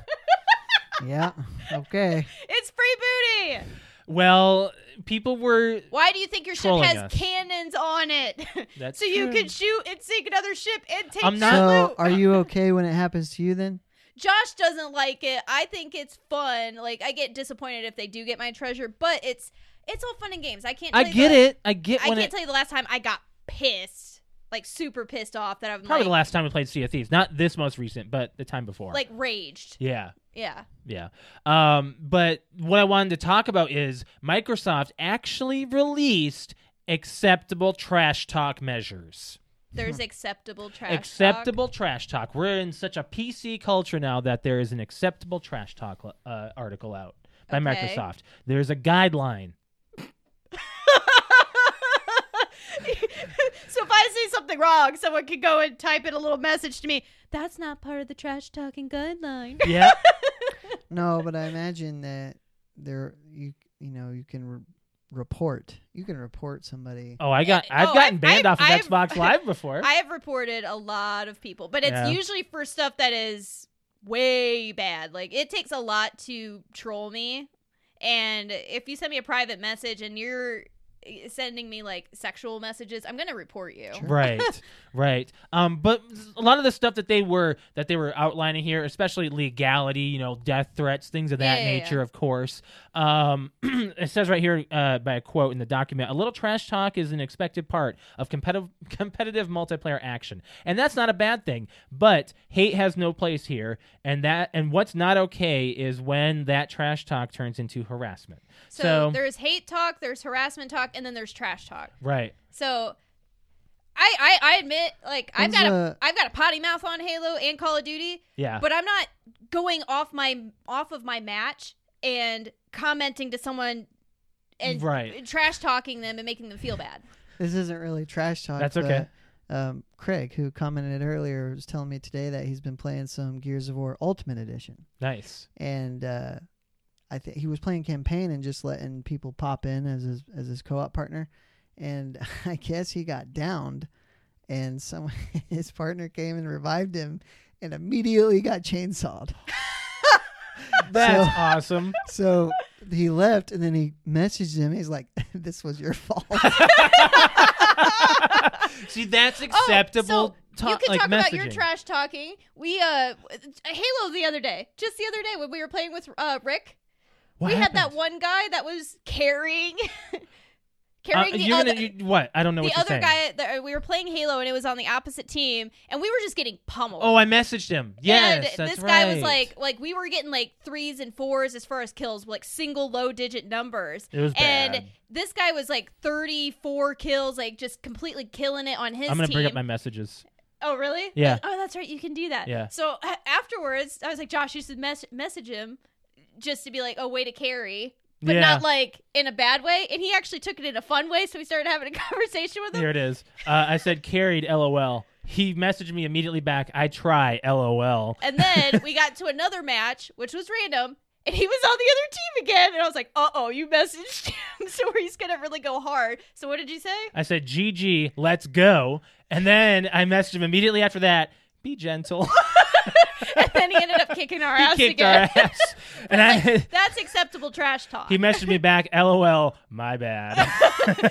yeah.
<laughs>
Okay.
It's free booty.
well people were
Why do you think your ship
Trolling
has
us.
cannons on it? <laughs>
That's
so you
true.
can shoot and sink another ship and take
I'm
your
not-
So
loot.
are you okay when it happens to you then?
Josh doesn't like it. I think it's fun. Like I get disappointed if they do get my treasure, but it's it's all fun and games. I can't.
I
tell you
get
the-
it. I get
I
when
can't
it,
tell you the last time I got pissed, like super pissed off that I'm
probably the
like,
last time we played Sea of Thieves. Not this most recent, but the time before.
like raged.
yeah,
Yeah.
yeah. Um, but what I wanted to talk about is Microsoft actually released acceptable trash talk measures. Hmm.
There's acceptable trash. talk.
acceptable trash talk. We're in such a PC culture now that there is an acceptable trash talk uh, article out by
Okay.
Microsoft. There's a guideline.
<laughs>
so if I see something wrong, someone could go and type in a little message to me. That's not part of the trash talking guideline.
Yeah.
No, but I imagine that there you you know you can re- report. You can report somebody.
Oh, I got.
Yeah,
I've
oh,
gotten
I've-
banned
I've-
off of
I've- <laughs>
Xbox Live before.
I have reported a lot of people, but it's
Yeah.
usually for stuff that is way bad. Like it takes a lot to troll me. And if you send me a private message and you're eh, sending me like sexual messages, I'm going to report you.
Sure.
right right um but a lot of the stuff that they were that they were outlining here especially legality you know death threats things of that
Yeah, yeah, yeah.
nature of course um <clears throat> it says right here uh, by a quote in the document a little trash talk is an expected part of competitive <laughs> competitive multiplayer action and that's not a bad thing but hate has no place here and that and what's not okay is when that trash talk turns into harassment
So,
So-
there's hate talk, there's harassment talk, and then there's trash talk.
right
So I I, I admit like I've
When's
got
the-
a I've got a potty mouth on Halo and Call of Duty.
yeah
but I'm not going off my off of my match and commenting to someone and
Right.
trash talking them and making them feel bad.
This isn't really trash talk.
That's okay.
but, um, Craig, who commented earlier, was telling me today that he's been playing some Gears of War Ultimate Edition,
nice
and uh, I think he was playing campaign and just letting people pop in as his as his co-op partner, and <laughs> I guess he got downed, and someone <laughs> his partner came and revived him, and immediately got chainsawed.
<laughs> that's
So-
awesome
So he left, <laughs>
<laughs>
and then he messaged him. He's like, "This was your fault."
See, that's <laughs>
Oh,
acceptable.
so
to-
you can
like,
talk
messaging.
about your trash talking. We uh, Halo the other day, just the other day when we were playing with uh Rick,
What
we had that
happened?
one guy that was carrying, <laughs>
Uh,
carrying the
you're
other.
gonna- you- what? I don't know
the
what you're
other
saying.
guy that uh, we were playing Halo and it was on the opposite team and we were just getting pummeled.
Oh, I messaged him. Yes,
and
that's
this guy was
right.
like, like we were getting like threes and fours as far as kills, like single low digit numbers.
it was bad.
And this guy was like 34 kills, like just completely killing it on his
I'm gonna
team.
bring up my messages.
Oh, really? <laughs>
Yeah.
Oh, that's right. You can do that.
Yeah.
So a- afterwards, I was like, Josh, you should mes- message him just to be like, oh, way to carry. But
yeah,
not like in a bad way. And he actually took it in a fun way. So we started having a <laughs> conversation with him.
here it is. Uh, I said carried. LOL. He messaged me immediately back. I try. LOL.
And then we got to another match, which was random, and he was on the other team again. And I was like, uh oh, you messaged him, <laughs> so he's going to really go hard. So what did you say?
I said GG. Let's go. And then I messaged him immediately after that. Be gentle. <laughs>
And then he ended up kicking our
he
ass
kicked
<laughs> again.
our ass. And I.
Like, that's acceptable trash talk.
<laughs> He messaged me back, LOL, my bad.
<laughs>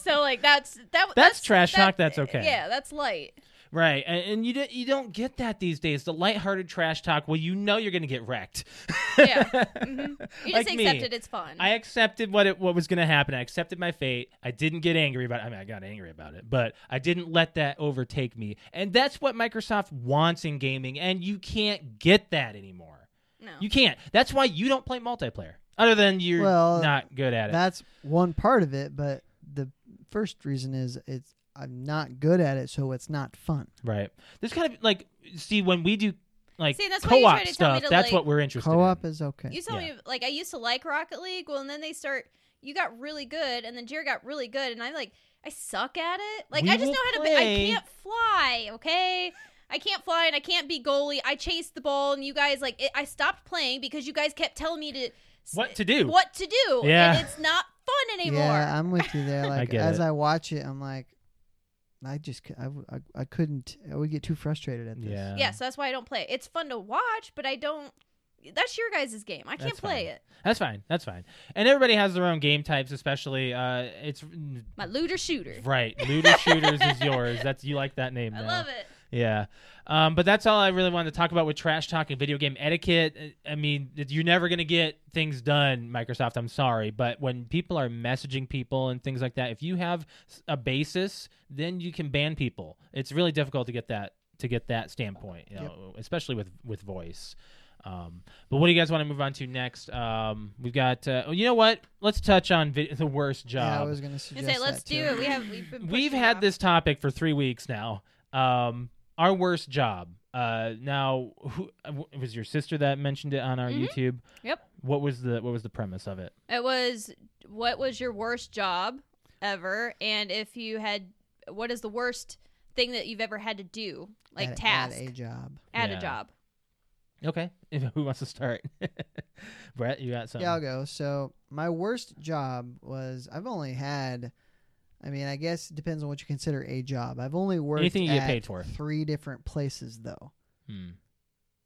so like that's that that's,
trash talk, that's okay.
Yeah, that's
<laughs>
light.
right. And, and you, don't- you don't get that these days. The lighthearted trash talk, well, you know you're going to get wrecked.
Yeah. Mhm. You just
Like me.
accept it, it's fun.
I accepted what it, what was going to happen. I accepted my fate. I didn't get angry about it. I mean, I got angry about it, but I didn't let that overtake me. And that's what Microsoft wants in gaming, and you can't get that anymore.
no.
You can't. That's why you don't play multiplayer, other than you're
Well,
not good at it.
That's one part of it, but the first reason is it's I'm not good at it, so it's not fun.
right. There's kind of like, see, when we do like
See, that's why you
co-op
try to tell me
stuff,
to,
that's
like-
what we're interested in.
Co-op is okay.
You tell
Yeah.
me like I used to like Rocket League. Well, and then they start. You got really good, and then Jared got really good, and I like I suck at it. Like
We
I just
will
know how to. Be, I
play-
can't fly. Okay. I can't fly and I can't be goalie. I chased the ball and you guys like it, I stopped playing because you guys kept telling me to s-
What to do.
What to do?
Yeah.
and it's not fun anymore.
yeah, I'm with
<laughs>
you there. Like
get
as
it.
I watch it, I'm like, I just c- I, w- I- I couldn't. I would get too frustrated at this.
Yeah.
yeah, so that's why I don't play. it. It's fun to watch, but I don't. That's your guys' game. I can't
That's
play
fine.
it.
That's fine. That's fine. And everybody has their own game types, especially uh it's
My looter shooter.
right.
<laughs>
Looter shooters is yours. That's you like that name
I
now.
love it.
Yeah. Um, but that's all I really wanted to talk about with trash talk and video game etiquette. I I mean, you're never going to get things done, Microsoft. I'm sorry. But when people are messaging people and things like that, if you have s- a basis, then you can ban people. It's really difficult to get that to get that standpoint, you
Yep.
know, especially with with voice. Um, but what do you guys want to move on to next? Um, we've got, uh, oh, you know what? Let's touch on vid- the worst job
Yeah, I was gonna
I
suggest.
say, let's
that,
do
too.
it. We have we've been
we've
pushing it
had
off.
this topic for three weeks now. Um, our worst job. Uh, now, who w- it was your sister that mentioned it on our
Mhm.
YouTube?
Yep.
What was the What was the premise of it?
It was what was your worst job ever, and if you had what is the worst thing that you've ever had to do, like
At- at
task
a job.
at
Yeah.
a job.
Okay, <laughs> who wants to start? <laughs> Brett, you got something?
Yeah, I'll go. So my worst job was I've only had. I mean, I guess it depends on what you consider a job. I've only worked
Anything you get
at
paid for.
three different places though,
Hmm.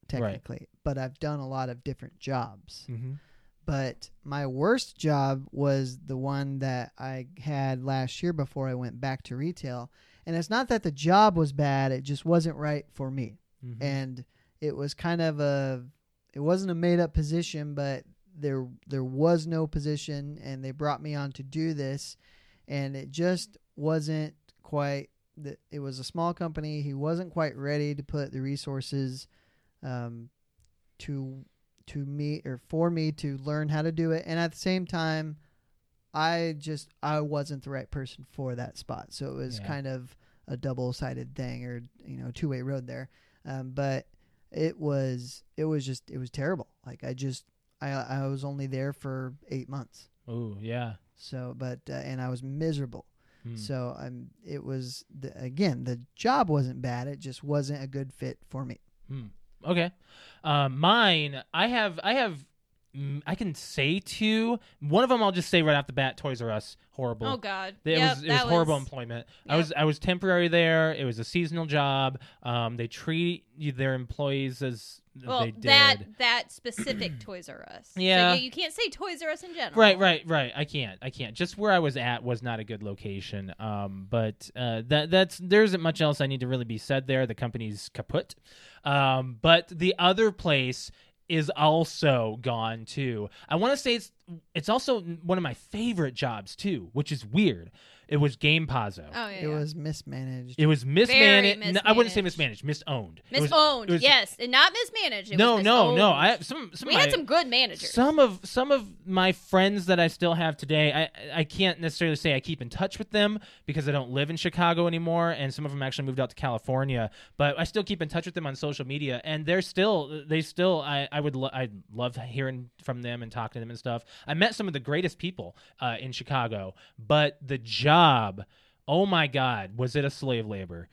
technically. But I've done a lot of different jobs.
Mhm.
But my worst job was the one that I had last year before I went back to retail. And it's not that the job was bad, it just wasn't right for me
Mhm.
and it was kind of a it wasn't a made up position but there there was no position and they brought me on to do this and it just wasn't quite the, it was a small company he wasn't quite ready to put the resources um, to to me or for me to learn how to do it and at the same time i just i wasn't the right person for that spot so it was
Yeah.
kind of a double-sided thing or you know two-way road there um, but it was it was just it was terrible like i just i i was only there for eight months
Ooh, yeah.
so but uh, and i was miserable
Hmm.
so um, it was the, again the job wasn't bad it just wasn't a good fit for me
Hmm. Okay. Uh, mine, I Um, have, I have mm, I can say two. One of them I'll just say right off the bat: Toys R Us, horrible.
Oh God.
It
Yep,
was it was
that
horrible employment. I
Yep.
was I was temporary there. It was a seasonal job. Um, they treat you- their employees as
Well,
they did.
that that
<clears throat>
specific Toys R Us. So,
Yeah.
you can't say Toys R Us in general.
Right, right, right. I can't. I can't. Just where I was at was not a good location. Um, but uh, that that's there isn't much else I need to really be said there. The company's kaput. Um, but the other place is also gone too. I want to say it's it's also one of my favorite jobs too, which is weird. It was Game Pozo.
Oh yeah.
It was mismanaged.
<laughs>
It was mismanaged.
Very
No, I wouldn't say
mismanaged.
mismanaged. Misowned. It was-
misowned.
it was-
yes, and not mismanaged. It
no,
was
no, no.
misowned.
I some some.
we
of
had
my-
some good managers.
some of some of my friends that I still have today, I I can't necessarily say I keep in touch with them because I don't live in Chicago anymore, and some of them actually moved out to California. But I still keep in touch with them on social media, and they're still they still I I would lo- I love hearing from them and talking to them and stuff. I met some of the greatest people uh, in Chicago, but the job. Oh my God, was it a slave labor?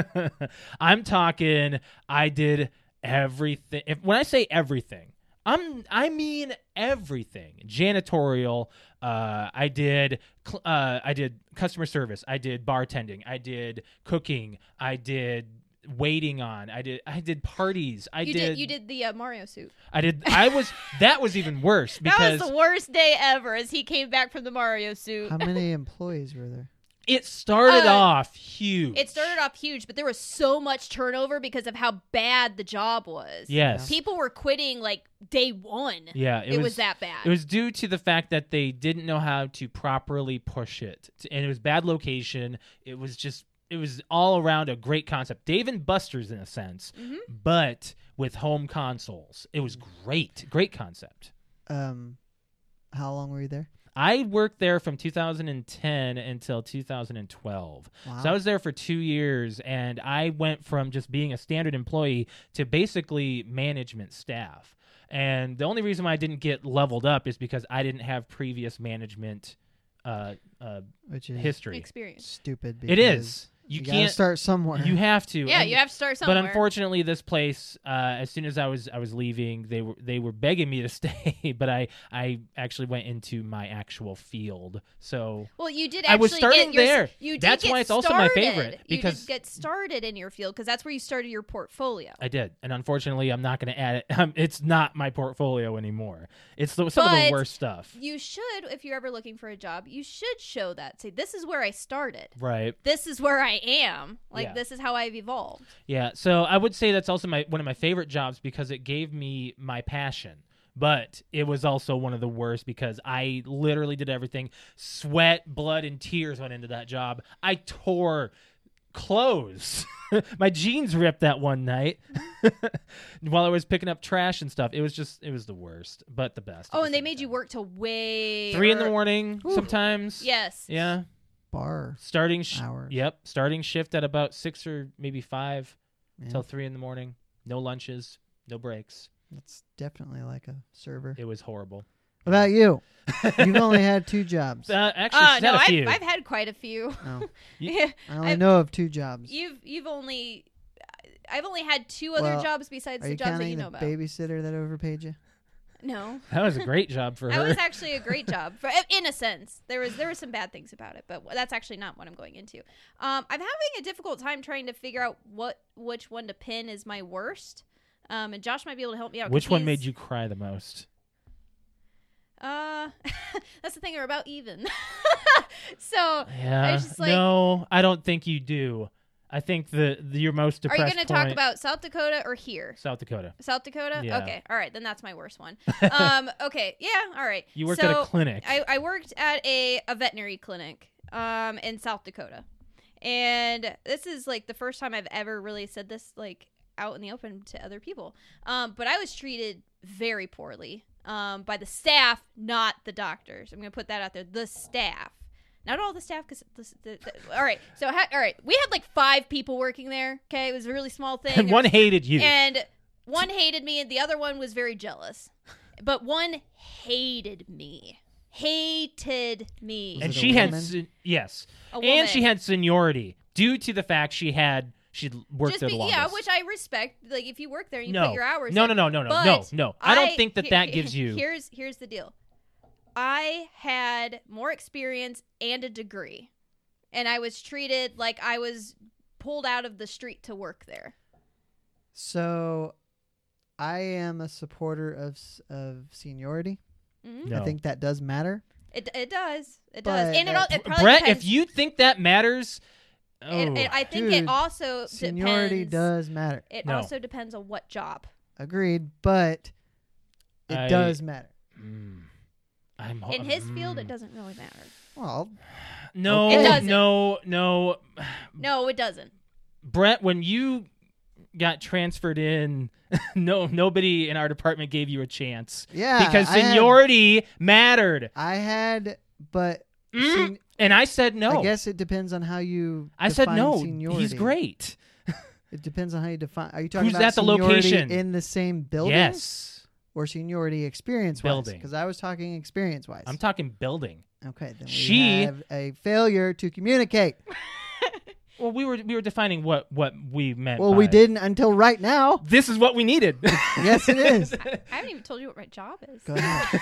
<laughs> I'm talking, I did everything. If, when I say everything, I'm I mean everything. Janitorial. Uh, I did cl- uh, I did customer service. I did bartending. I did cooking. I did waiting on. I did I did parties. I
you
did,
You did the uh, Mario suit.
I did. I was. that was even worse
<laughs> that
because
was the worst day ever. As he came back from the Mario suit.
How many employees were there?
it started
Uh,
off huge.
It started off huge, but there was so much turnover because of how bad the job was.
Yes.
People were quitting like day one.
yeah. It,
It, was, that bad.
It was due to the fact that they didn't know how to properly push it, and it was bad location. It was just, it was all around a great concept, Dave and Buster's in a sense,
Mhm.
but with home consoles. It was great, great concept.
Um, how long were you there?
I worked there from 2010 until 2012.
Wow.
So I was there for two years, and I went from just being a standard employee to basically management staff. And the only reason why I didn't get leveled up is because I didn't have previous management uh, uh,
Which is
history.
experience.
stupid.
It is. You,
You, gotta
can't.
start somewhere.
you have to.
Yeah,
and-
you have to start somewhere.
But unfortunately, this place, uh, as soon as I was I was leaving, they were they were begging me to <laughs> stay, but I I actually went into my actual field. So
well, you did. Actually
I was starting
get your,
there.
You did
That's
get
why it's also my
started.
favorite,
you
because-
did get started in your field because that's where you started your portfolio.
I did, and unfortunately, I'm not going to add it. <laughs> Um, it's not my portfolio anymore. It's the, some of
But
the worst stuff.
You should, if you're ever looking for a job, you should show that. Say, this is where I started.
Right.
This is where I am. Like
Yeah.
this is how I've evolved.
Yeah. So I would say that's also my one of my favorite jobs because it gave me my passion. But it was also one of the worst because I literally did everything. Sweat, blood, and tears went into that job. I tore clothes. <laughs> my jeans ripped that one night <laughs> while I was picking up trash and stuff. It was just, it was the worst, but the best. at
Oh,
the
and they
same
made you
time.
work till way
three in the
ear-
morning sometimes.
Yes.
Yeah.
bar
Starting sh-
hours.
Yep. Starting shift at about six or maybe five
Yeah.
till three in the morning. No lunches, no breaks.
That's definitely like a server.
It was horrible.
What about you?
<laughs>
You've only had two jobs. Oh,
Uh, actually,
Uh,
she's
no,
had a
I've,
few.
I've had quite a few. <laughs>
No,
You-
I only
I've-
know of two jobs.
You've you've only I've only had two other
Well,
jobs besides
Are
the
you
jobs that
counting
you know
the
about.
babysitter that overpaid you?
No,
that was a great job
<laughs>
for
that
her.
was actually a
<laughs>
great job. For, uh, in a sense, there was there were some bad things about it, but that's actually not what I'm going into. Um, I'm having a difficult time trying to figure out what which one to pin is my worst. Um, and Josh might be able to help me out. 'cause
Which one
he's-
made you cry the most?
Uh, <laughs> that's the thing. We're about even. <laughs> so,
Yeah.
was just like-
no, I don't think you do. I think the, the your most
are you
depressed.
going to talk
point-
about South Dakota or here?
South Dakota?
South Dakota.
Yeah.
Okay. All right. Then that's my worst
<laughs>
one. um. Okay. Yeah. All right.
You worked
so
at a clinic.
I, I worked at a, a veterinary clinic. Um. In South Dakota, and this is like the first time I've ever really said this like out in the open to other people. Um. But I was treated very poorly. Um. By the staff, not the doctors. I'm gonna put that out there. The staff. Not all the staff, because the, the, all right. So, ha- all right, we had like five people working there. Okay, it was a really small thing.
<laughs> and
There was-
one hated you.
and one hated me, and the other one was very jealous. But one hated me. Hated me.
Was
And
it a
she had
woman?
sen- yes,
A
and she
woman.
had seniority due to the fact she had she worked
Just
there the
be-
longest.
yeah, which I respect. Like if you work there and you
no.
put your hours,
no,
in,
no, no, no, no,
But
no, no. I don't think that
he-
that
he- <laughs>
gives you.
Here's here's the deal. I had more experience and a degree, and I was treated like I was pulled out of the street to work there.
So, I am a supporter of s- of seniority.
Mhm.
no.
I think that does matter.
It, it does. It
But-
does. And it, all, it probably
Brett,
depends.
if you think that matters, oh,
it, it- I think
Dude,
it also
Seniority
depends.
does matter.
It
No.
also depends on what job.
Agreed, but it
I-
does matter.
Mm. I'm ho-
In his field, it
mm.
doesn't really matter.
Well,
No,
It
doesn't.
no, no.
No, it doesn't.
Brett, when you got transferred in, <laughs> no, nobody in our department gave you a chance
yeah,
because
I had-
seniority mattered.
I had, but
Mm.
Mm-hmm.
sen-
And I said no.
I guess it depends on how you.
I said
define
no.
Seniority.
He's great.
It depends on how you define. Are you talking
Who's
about
at the
seniority
location?
in the same building?
Yes,
Or seniority experience
Building.
Because I was talking experience wise.
I'm talking building.
okay, then we
She-
have a failure to communicate.
Well, we were we were defining what what we meant.
Well, we
by-
didn't until right now.
This is what we
<laughs>
needed.
Yes, it
<laughs>
is.
I haven't even told you what my job is.
Go ahead.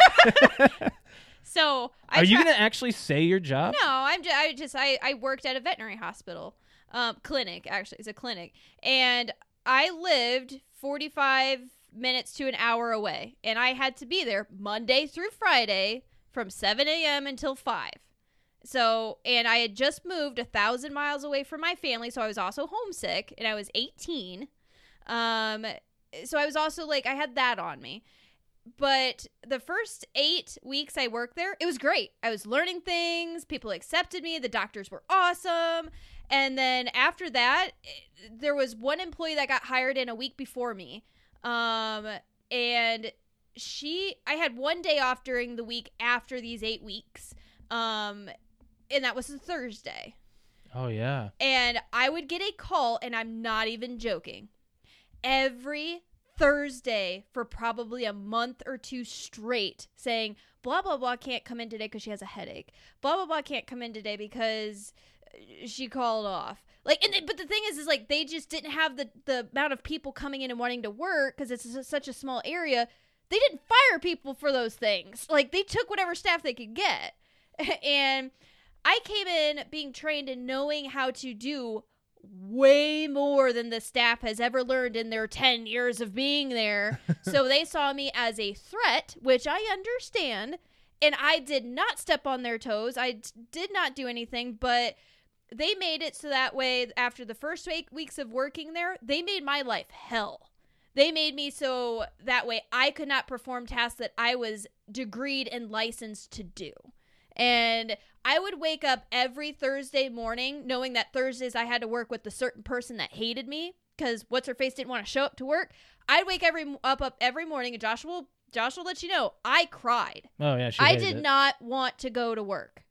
So I
Are you
try-
gonna actually say your job?
No, I'm just, I just I, I worked at a veterinary hospital, um, clinic actually it's a clinic, and I lived 45 minutes to an hour away, and I had to be there Monday through Friday from 7 a.m. until five. So and I had just moved a thousand miles away from my family, so I was also homesick, and I was 18. Um, so I was also like I had that on me but the first eight weeks I worked there, it was great. I was learning things, people accepted me, the doctors were awesome. And then after that, it- there was one employee that got hired in a week before me. Um, and she, I had one day off during the week after these eight weeks. Um, and that was a Thursday.
Oh yeah.
And I would get a call, and I'm not even joking, every Thursday for probably a month or two straight saying, blah, blah, blah can't come in today because she has a headache. Blah, blah, blah can't come in today because uh, she called off. Like, and, but the thing is, is like they just didn't have the, the amount of people coming in and wanting to work because it's s- such a small area. They didn't fire people for those things. Like, they took whatever staff they could get. <laughs> and I came in being trained and knowing how to do way more than the staff has ever learned in their 10 years of being there. so they saw me as a threat, which I understand. And I did not step on their toes. I d- did not do anything, but they made it so that way after the first week, weeks of working there, they made my life hell. They made me so that way I could not perform tasks that I was degreed and licensed to do. And I would wake up every Thursday morning knowing that Thursdays I had to work with the certain person that hated me because what's her face didn't want to show up to work. I'd wake every up up every morning and Joshua will, Josh will let you know I cried.
Oh yeah. She
I
hated
did
it.
not want to go to work.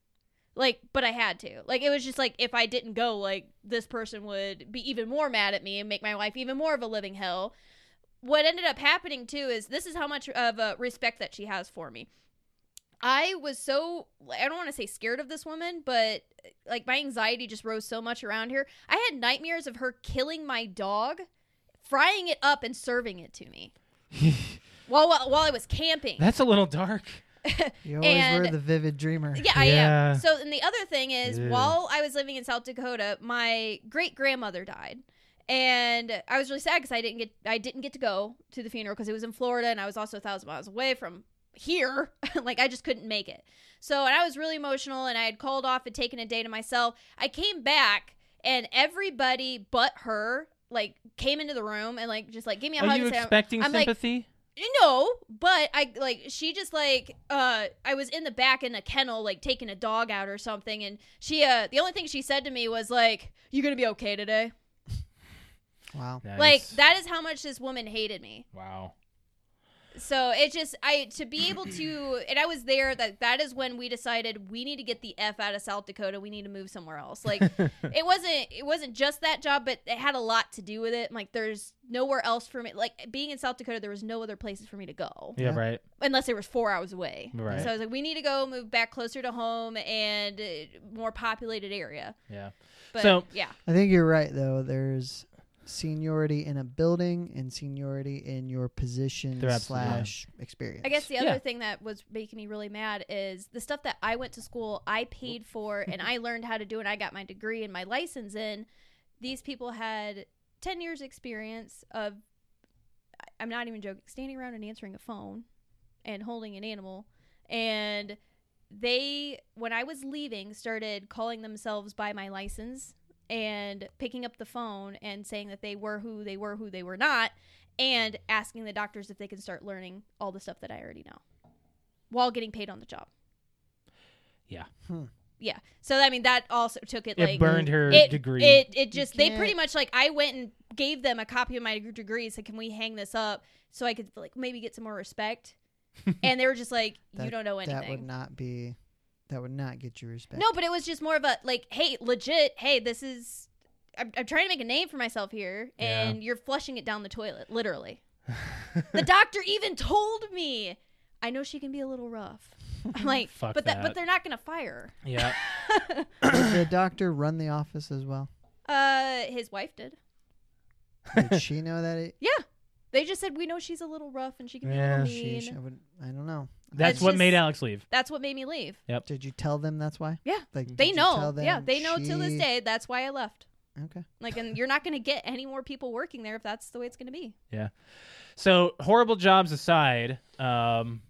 Like, but I had to. Like, it was just like if I didn't go, like this person would be even more mad at me and make my life even more of a living hell. What ended up happening too is this is how much of a respect that she has for me. I was so I don't want to say scared of this woman, but like my anxiety just rose so much around here. I had nightmares of her killing my dog, frying it up and serving it to
<laughs>
me while while, while I was camping.
That's a little dark.
You always were
And-
the vivid dreamer.
Yeah, I
Yeah.
am. So, and the other thing is,
Ew.
while I was living in South Dakota, my great grandmother died, and I was really sad because I didn't get I didn't get to go to the funeral because it was in Florida, and I was also a thousand miles away from here. <laughs> like I just couldn't make it. So, and I was really emotional, and I had called off and taken a day to myself. I came back, and everybody but her like came into the room and like just like give me a
Are
hug
Oh, you
and say, I'm-
expecting
I'm like-
sympathy?
no, but I like she just like uh I was in the back in a kennel like taking a dog out or something and she uh the only thing she said to me was like you going to be okay today.
Wow.
Like
Nice.
that is how much this woman hated me.
<laughs>
Wow.
So it just I to be able
<clears throat>
to and I was there that that is when we decided we need to get the f out of South Dakota. We need to move somewhere else.
<laughs>
Like it wasn't it wasn't just that job, but it had a lot to do with it. Like there's nowhere else for me. Like being in South Dakota, there was no other places for me to go
Yeah.
Yeah.
Right.
unless it was four hours away.
Right.
So I was like, we need to go move back closer to home and uh, more populated area.
Yeah.
But
So-
yeah,
I think you're right, though. There's seniority in a building and seniority in your position
They're absolutely- yeah.
slash experience.
I guess the other
Yeah.
thing that was making me really mad is the stuff that I went to school, I paid for,
Mm-hmm.
and I learned how to do, and I got my degree and my license in. These people had 10 years' experience of, I- I'm not even joking, standing around and answering a phone and holding an animal. And they, when I was leaving, started calling themselves by my license and picking up the phone and saying that they were who they were, who they were not and asking the doctors if they can start learning all the stuff that I already know while getting paid on the job.
Yeah.
Hmm.
Yeah. So I mean that also took it,
It
like
burned her
it,
degree.
It it just they
can't-
pretty much like I went and gave them a copy of my degree said can we hang this up so I could like maybe get some more
<laughs>
respect. and they were just like you
That-
don't know
That would
anything.
not be. That would not get you respect.
No, but it was just more of a like hey, legit, hey, this is I'm, I'm trying to make a name for myself here
Yeah.
and you're flushing it down the toilet literally. the
<laughs>
doctor even told me i know she can be a little rough <laughs> i'm like
Fuck
but that,
that.
but they're not gonna fire
<laughs>
<laughs>
yeah.
her
<coughs> Did the doctor run the office as well?
uh his wife did
<laughs>
Did she know that? It,
they just said we know she's a little rough and she can
Yeah.
be a little mean
she, she- I would. I don't know.
That's
It's
what made
just-
Alex leave.
that's what made me leave
Did you tell them that's why?
Yeah.
Like did
they
you
know
tell them
yeah they know to this
she-
day that's why i left
Okay.
like and you're not gonna get any more people working there if that's the way it's gonna be
So horrible jobs aside, um,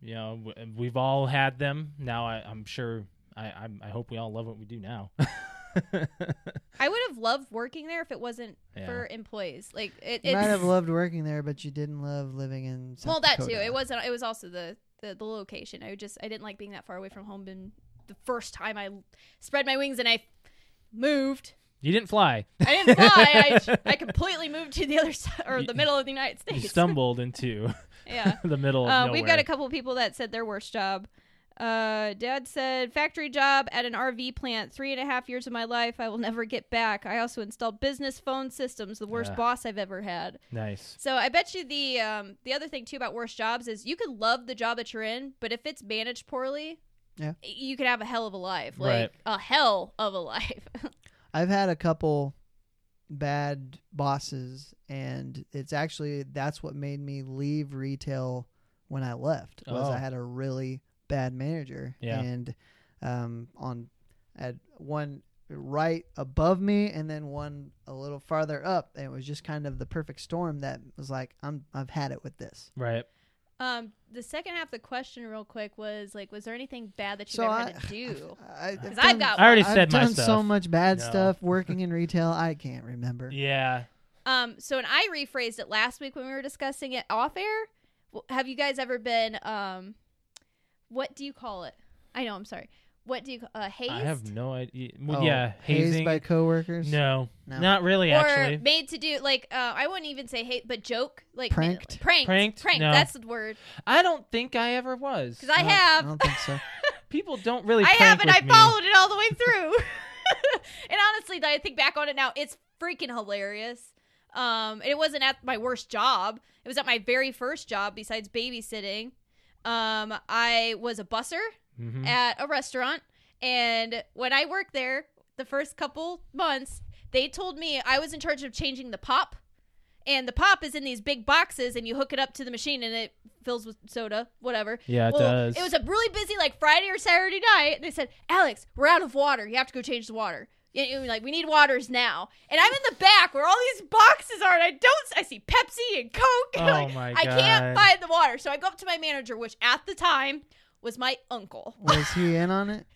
you know, w- we've all had them. Now I, I'm sure. I, I'm, I hope we all love what we do now. <laughs>
i would have loved working there if it wasn't
Yeah.
for employees like it,
You
it's
might have loved working there, but you didn't love living in. South
well that too
Dakota.
it wasn't it was also the, the the location i just i didn't like being that far away from home and the first time i spread my wings and i moved
you didn't fly.
i
<laughs>
didn't fly I, I completely moved to the other side or the middle of the united <laughs>
You
states
stumbled into <laughs>
yeah
the middle of
uh,
nowhere.
we've got a couple people that said their worst job uh, dad said factory job at an rv plant three and a half years of my life i will never get back i also installed business phone systems the worst
Yeah.
boss i've ever had
nice.
so I bet you the um, the other thing too about worst jobs is you could love the job that you're in, but if it's managed poorly,
Yeah.
y- you could have a hell of a life,
Right.
like a hell of a <laughs> life.
I've had a couple bad bosses, and it's actually that's what made me leave retail when I left. Was
Oh.
I had a really bad manager,
Yeah.
and um, on at one right above me, and then one a little farther up, and it was just kind of the perfect storm that was like, I'm I've had it with this.
Right.
um, the second half of the question, real quick, was like, was there anything bad that you've
So
ever
I,
had to
<laughs>
do?
I, I've
Because I've
done-
got.
I already
I've
said my
done
stuff.
so much bad
No.
stuff working in retail. I can't remember.
<laughs> Yeah.
Um, so and I rephrased it last week when we were discussing it off air. Well, Have you guys ever been um, what do you call it? I know, I'm sorry. What do you uh, hazed?
I have no idea. Well,
Oh,
yeah,
hazed
hazing.
by coworkers.
no,
No.
not really.
Or
Actually,
made to do like uh, I wouldn't even say hate, but joke like
Pranked?
pranked,
Pranked?
pranked.
No.
That's the word
I don't think I ever was.
because I,
don't-
have,
I don't think so.
People don't really.
I have,
prank
and
with
I
me.
followed it all
<laughs>
the way through. <laughs> and honestly, that I think back on it now, it's freaking hilarious. Um, and it wasn't at my worst job; it was at my very first job, besides babysitting. Um, I was a busser
Mhm.
at a restaurant. And when I worked there, the first couple months, they told me I was in charge of changing the pop. And the pop is in these big boxes, and you hook it up to the machine, and it fills with soda, whatever.
Yeah, it does.
It was a really busy, like Friday or Saturday night. And they said, "Alex, we're out of water. You have to go change the water." Yeah, you know, like we need waters now. And I'm in the back where all these boxes are, and I don't. I see Pepsi and Coke. <laughs> and,
Oh
like,
my
I can't
God.
find the water, so I go up to my manager, which at the time was my uncle.
Was he in on it?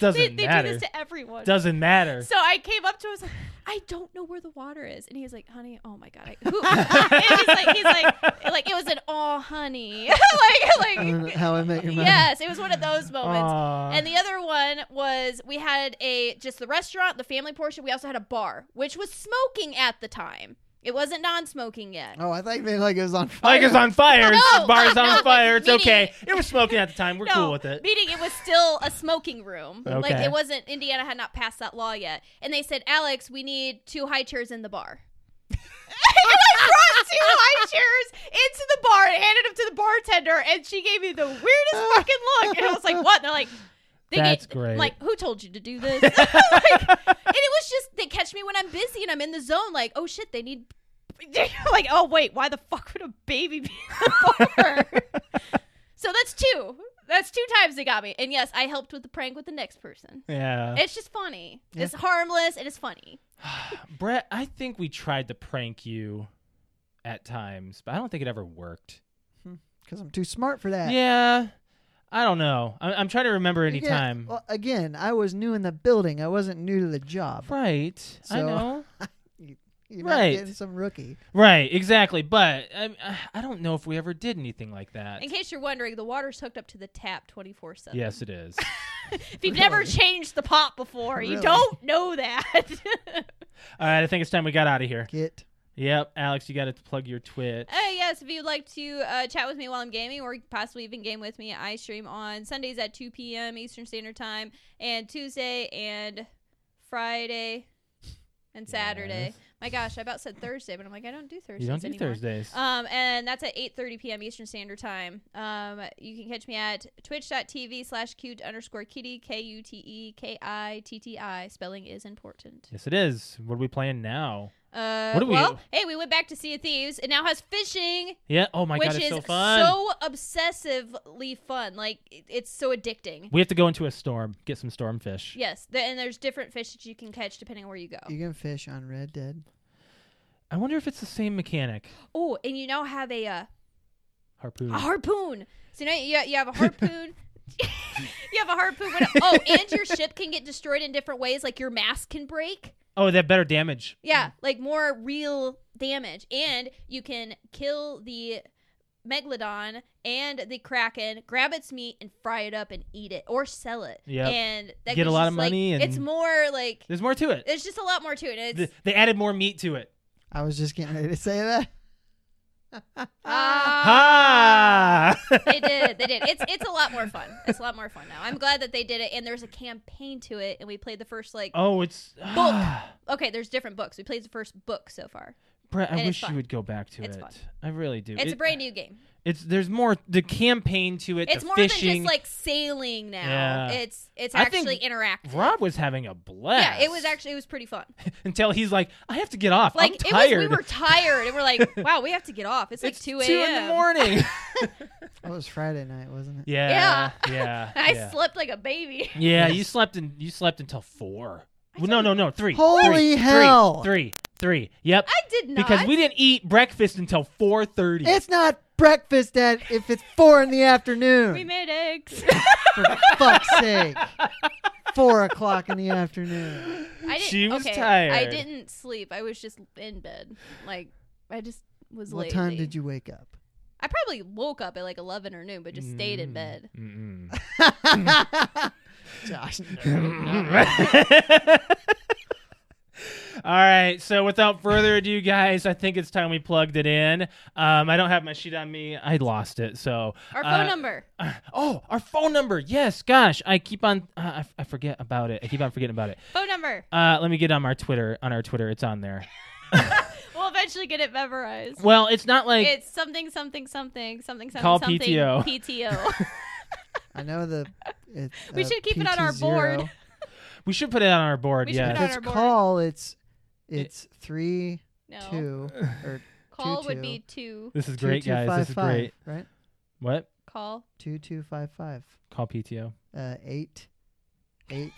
doesn't
They, they do
matter.
this to everyone.
doesn't matter.
so I came up to him, I was like, I don't know where the water is, and he was like, "Honey, oh my god!" I, who? <laughs> and he's like, he's like, like it was an "oh, honey," <laughs> like,
Uh,
<laughs>
like,
How I Met Your Mother.
yes, it was one of those moments.
Aw.
And the other one was we had a just the restaurant, the family portion. We also had a bar, which was smoking at the time. It wasn't non-smoking yet.
Oh, I thought you meant like it was on fire.
Like it's on fire.
No,
It's- the
<laughs>
bar's
no,
on
like,
fire. It's
meaning-
okay. It was smoking at the time.
<laughs>
We're
no,
cool with it.
Meaning it was still a smoking room. Like
Okay.
it wasn't Indiana had not passed that law yet. And they said, Alex, we need two high chairs in the bar. <laughs> and I brought two high chairs into the bar and handed them to the bartender and she gave me the weirdest fucking look. And I was like, what? And they're like, They
That's
get-
great.
Like, who told you to do this? <laughs> like, and it was just they catch me when I'm busy and I'm in the zone. Like, oh shit, they need. <laughs>
like, oh wait, why the fuck would a baby be in the bar?
<laughs>
So that's two. That's two times they got me. And yes, I helped with the prank with the next person.
<laughs> yeah.
It's just funny. It's harmless. It is funny.
Brett, I think we tried to prank you at times, but I don't think it ever worked.
because I'm too smart for that.
Yeah. I don't know. I- I'm trying to remember any
Again-
time.
Well, again, I was new in the building. I wasn't new to the job.
Right. I
<laughs>
So-
know.
You're not
right.
getting some rookie.
Right, exactly. But I, I don't know if we ever did anything like that.
In case you're wondering, the water's hooked up to the tap 24 7.
Yes,
<laughs>
it is.
If you've never changed the pot before, you
Really?
don't know that. <laughs>
All right, I think it's time we got out of here.
Get
Yep, Alex, you got to plug your Twitch.
Uh, yes, if you'd like to uh, chat with me while I'm gaming or possibly even game with me, I stream on Sundays at 2 p.m. Eastern Standard Time and Tuesday and Friday and Saturday.
Yes.
My gosh, I about said Thursday, but I'm like, I don't do Thursdays
You don't do
anymore.
Thursdays.
Um, and that's at 8.30 p.m. Eastern Standard Time. Um, you can catch me at twitch.tv slash cute underscore kitty, E K-U-T-E-K-I-T-T-I. Spelling is important.
yes, it is. What are we playing now?
Uh,
What do we-
well, hey, we went back to Sea of Thieves. It now has fishing
Yeah. Oh my
which
god, it's
is
so fun.
so obsessively fun. Like it- it's so addicting.
we have to go into a storm, get some storm fish.
Yes, th- and there's different fish that you can catch depending on where you go.
Mm.
you can fish on Red Dead.
I wonder if it's the same mechanic.
Oh, and you now have a uh,
Harpoon.
a harpoon. So now you you have a
<laughs>
harpoon. <laughs> you have a harpoon. What el- Oh, and your ship can get destroyed in different ways. Like your mast can break.
Oh, that better damage.
Yeah, like more real damage, and you can kill the megalodon and the kraken, grab its meat and fry it up and eat it or sell it.
Yep.
and that
Get a
gives
lot
us,
of
like-
money and-
it's more like
There's more to it.
it's just a lot more to it. and
Th-
It's
they added more meat to it.
I was just getting ready to say that.
<laughs>
ah.
Ha!
uh, They did. They did. It's it's a lot more fun. It's a lot more fun now. I'm glad that they did it. And there's a campaign to it. And we played the first like
oh, it's ah,
okay. There's different books. We played the first book so far.
Brett, I
And it's
wish you
fun.
would go back to
It's
it.
fun.
I really do.
It's
It-
a brand new game.
It's there's more the campaign to it.
It's
the
more
fishing.
than just like sailing now.
Yeah.
It's it's
I think
actually interactive.
Rob was having a blast.
yeah, it was actually it was pretty
<laughs>
fun.
until he's like, I have to get off.
Like
I'm
it
tired.
was, we were tired and we're
<laughs>
like, wow, we have to get off. It's like
it's
two
two in
a.m.
the morning. <laughs>
That was Friday night, wasn't it?
yeah, yeah.
<laughs> <laughs> I
yeah.
slept like a baby. <laughs>
Yeah, you slept in. You slept until four. Well, no, no, no, three.
Holy
three,
hell.
Three, three, three. Yep.
I did not
because we didn't eat breakfast until four thirty.
It's not breakfast at if it's four in the afternoon.
we
<laughs>
made eggs.
for <laughs> fuck's sake. Four o'clock in the afternoon.
I didn't,
She was
okay, I
tired.
didn't sleep. I was just in bed. Like I just was
What
lazy.
time did you wake up?
I probably woke up at like eleven or noon, but just stayed
Mm.
in bed.
Mm-mm.
Josh.
Mm-hmm. <laughs> All right, so without further ado, guys, I think it's time we plugged it in. Um, I don't have my sheet on me; I lost it. So
Our
uh,
phone number.
Uh, oh, our phone number. Yes, gosh, I keep on. Uh, I, f- I forget about it. I keep on forgetting about it.
Phone number.
Uh, let me get on our Twitter. On our Twitter, it's on there.
we'll eventually get it memorized.
Well, it's not like
It's something something something something something
Call
something
PTO.
PTO.
I know the. It,
<laughs> We
uh,
should keep it on our
PT0.
board.
we should put it on our board.
We should put it
If
on
Yeah,
it's
our board.
call, it's it's three
<laughs> no.
two or
Call
two,
would
two.
be two.
this is
two,
great,
two,
guys.
five,
this is
five,
great.
Right,
What?
Call.
two two five five.
Call PTO.
Uh, eight,
<laughs>
eight.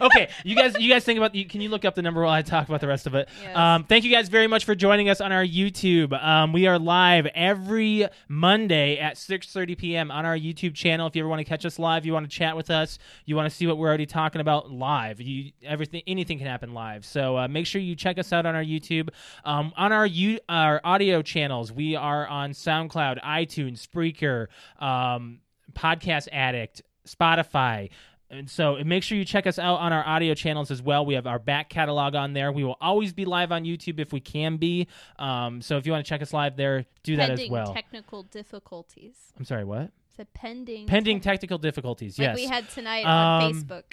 okay, you guys, you guys think about. You, can you look up the number while I talk about the rest of it?
Yes.
Um, thank you guys very much for joining us on our YouTube. Um, we are live every Monday at 6:30 p.m. on our YouTube channel. If you ever want to catch us live, you want to chat with us, you want to see what we're already talking about live. You everything, anything can happen live. So uh, make sure you check us out on our YouTube. Um, on our you our audio channels, we are on SoundCloud, iTunes, Spreaker, um, Podcast Addict, Spotify. And so and make sure you check us out on our audio channels as well. We have our back catalog on there. We will always be live on YouTube if we can be. Um, so if you want to check us live there, do that
pending
as well.
technical difficulties.
I'm sorry, what?
Said pending.
Pending
tech-
technical difficulties.
like
yes.
we had tonight on
Um,
Facebook.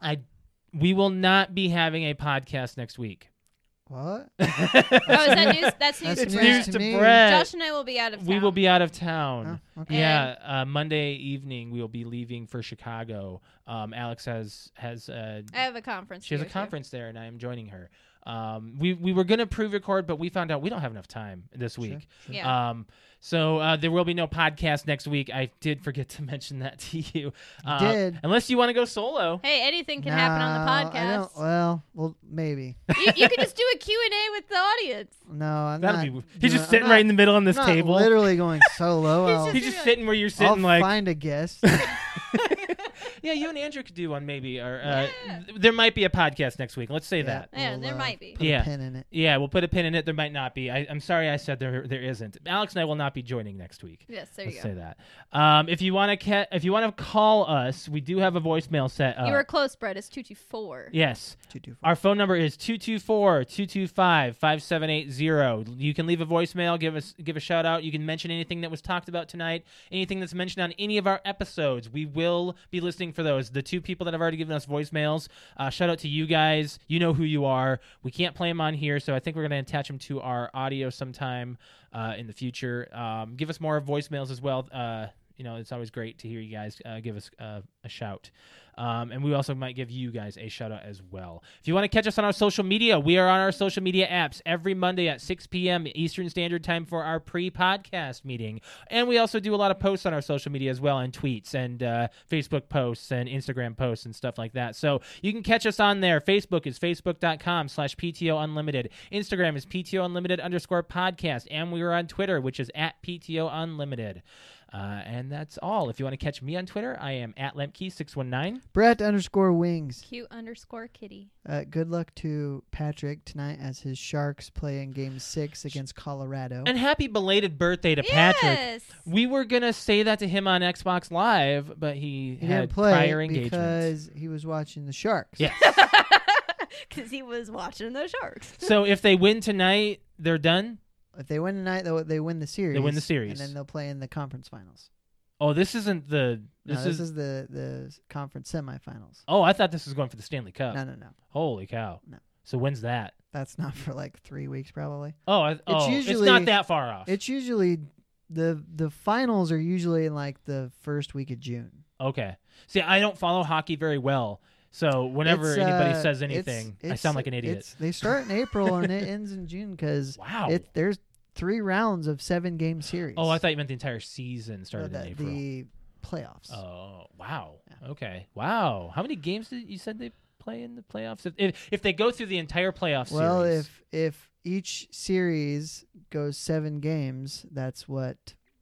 I we will not be having a podcast next week.
What?
Oh, is
<laughs>
that news? That's news.
That's
to
It's
news
Brett.
news
to
to
me.
Brett.
Josh and I will be out of.
we
town.
will be out of town.
Oh, okay.
Yeah, uh, Monday evening we will be leaving for Chicago. Um, Alex has has uh,
I have a conference.
she has
to
a
go to.
conference there, and I am joining her. Um, we we were gonna pre-record, but we found out we don't have enough time this week.
Yeah.
Um, so uh, there will be no podcast next week. I did forget <laughs> to mention that to you. Uh,
did.
unless you want to go solo.
hey, anything can happen
No,
on the
I don't-
podcast.
well, well, maybe.
you, you can just do a Q and A with the audience.
No,
<laughs>
I'm
That'd
not.
be.
doing-
He's just
I'm
sitting
not-
right in the middle on this
I'm not
table. <laughs>
Literally going solo. I'll,
He's just sitting where you're
I'll
sitting, like
find a guest.
<laughs> yeah. You and Andrew could do one maybe, or uh, th- there might be a podcast next week. Let's say that.
Yeah,
we'll,
there
uh,
might be.
Put
Yeah.
a pin in it.
Yeah, we'll put a pin in it. There might not be. I, I'm sorry, I said there there isn't. Alex and I will not be joining next week.
Yes, there
Let's
you
say
go.
that. Um, if you want to, ca- if you want to call us, we do have a voicemail set up.
You were close, Brett. It's two two four.
yes,
Two, two, four.
Our phone number is 224-225-5780. You can leave a voicemail, give us give a shout out. You can mention anything that was talked about tonight, anything that's mentioned on any of our episodes. We will be listening for those. The two people that have already given us voicemails, uh, shout out to you guys. You know who you are. We can't play them on here, so I think we're going to attach them to our audio sometime uh, in the future. Um, give us more voicemails as well. Uh, you know, it's always great to hear you guys uh, give us uh, a shout. Um, and we also might give you guys a shout out as well. If you want to catch us on our social media, we are on our social media apps every Monday at 6 p.m. Eastern Standard Time for our pre podcast meeting. And we also do a lot of posts on our social media as well, and tweets, and uh, Facebook posts, and Instagram posts, and stuff like that. So you can catch us on there. Facebook is facebook.com slash PTO Unlimited. Instagram is PTO Unlimited underscore podcast. And we are on Twitter, which is at PTO Unlimited. Uh, and that's all. If you want to catch me on Twitter, I am at Lemke619.
Brett underscore wings.
Cute underscore kitty.
Uh, good luck to Patrick tonight as his Sharks play in Game Six against Colorado.
And happy belated birthday to Patrick.
Yes.
We were gonna say that to him on Xbox Live, but he,
he
had
didn't play
prior engagements.
because he was watching the Sharks.
Yes.
<laughs>
Because he was watching the sharks.
<laughs>
so if they win tonight, they're done.
If they win tonight, though, they win the series.
win the series.
and then they'll play in the conference finals.
Oh, this isn't the.
No,
This,
this,
is,
is, the the conference semifinals.
Oh, I thought this was going for the Stanley Cup.
No, no, no.
Holy cow!
No.
So when's that?
That's not for like three weeks,
<sighs>
probably.
Oh, I, oh, it's
usually-
not that far off.
It's usually the the finals are usually in like the first week of June.
okay. See, I don't follow hockey very well, so whenever
It's,
anybody
uh,
says
it's-
anything, I
it's-
sound like an idiot.
it's- They start in April and
<laughs>
it ends in June because
Wow.
it there's three rounds of seven game series.
oh, I thought you meant the entire season started
the,
in April.
the playoffs.
Oh wow! Okay, wow. How many games did you said they play in the playoffs? If if, if they go through the entire playoff
well,
series,
if if each series goes seven games, that's what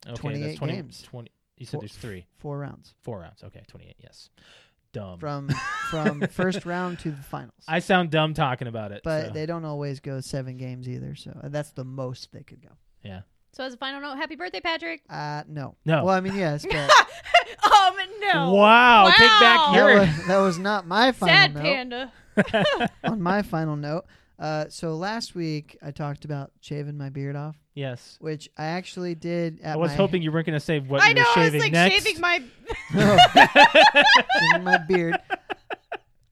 okay,
28
20,
games.
Twenty. You said
Four-
there's three,
four rounds
four rounds. Okay, twenty-eight. Yes. Dumb. <laughs>
from from first round to the finals.
I sound dumb talking about it.
but
so-
they don't always go seven games either, so uh, that's the most they could go.
So as a final note, happy birthday, Patrick.
Uh no,
No.
Well, I mean
<laughs>
yes, but
Um, no.
wow, Take back
Wow.
that,
your.
was, that was not my final
Sad
note.
panda.
On my final note, uh, so last week I talked about shaving my beard off,
yes.
which I actually did. At
I was
my, <laughs>
hoping you weren't going to say what
I
you
know.
were
I
shaving
was like
next.
shaving my.
No. Shaving my beard.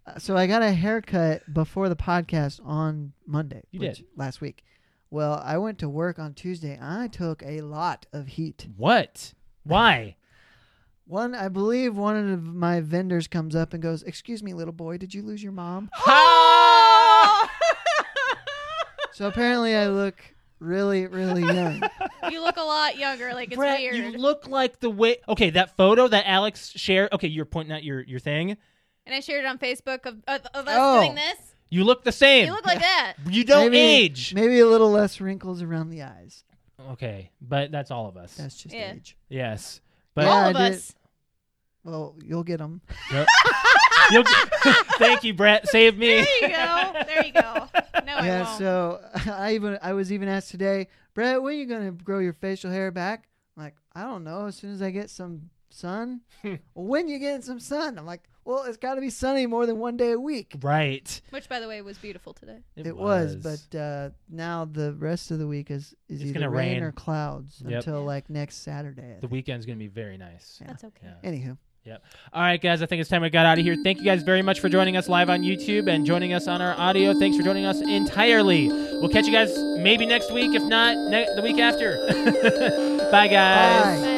Uh, So I got a haircut before the podcast on Monday.
You
which- last week. Well, I went to work on Tuesday. I took a lot of heat.
what?
<laughs>
Why?
One, I believe, one of my vendors comes up and goes, "Excuse me, little boy, did you lose your mom?"
Oh!
so apparently, I look really, really
<laughs>
young.
<laughs> You look a lot younger. Like it's
Brett,
weird.
you look like the way. Okay, that photo that Alex shared. Okay, you're pointing at your your thing.
and I shared it on Facebook of, of, of us
Oh.
doing this.
You look the same.
You look like that.
You don't
Maybe-
age.
Maybe a little less wrinkles around the eyes.
Okay, but that's all of us.
That's just
Yeah.
age.
yes,
Yeah,
but
All of
I did.
<laughs>
us.
Well, you'll get them.
You'll- <laughs> thank you, Brett. Save me.
There you go. There you go.
No, <laughs> I
yeah.
won't.
So <laughs> I even I was even asked today, Brett, when are you gonna grow your facial hair back? I'm like I don't know. As soon as I get some sun. <laughs> well, when you getting some sun? I'm like, well, it's got to be sunny more than one day a week.
Right.
Which, by the way, was beautiful today.
It, was, but uh, now the rest of the week is is
It's
either
gonna
rain,
rain.
or clouds
Yep.
until like next Saturday. I
the
think.
weekend's gonna be very nice.
Yeah.
That's okay.
Yeah.
Anywho,
All right, guys, I think it's time we got out of here. Thank you guys very much for joining us live on YouTube and joining us on our audio. Thanks for joining us entirely. We'll catch you guys maybe next week, if not ne- the week after. <laughs> Bye, guys.
Bye.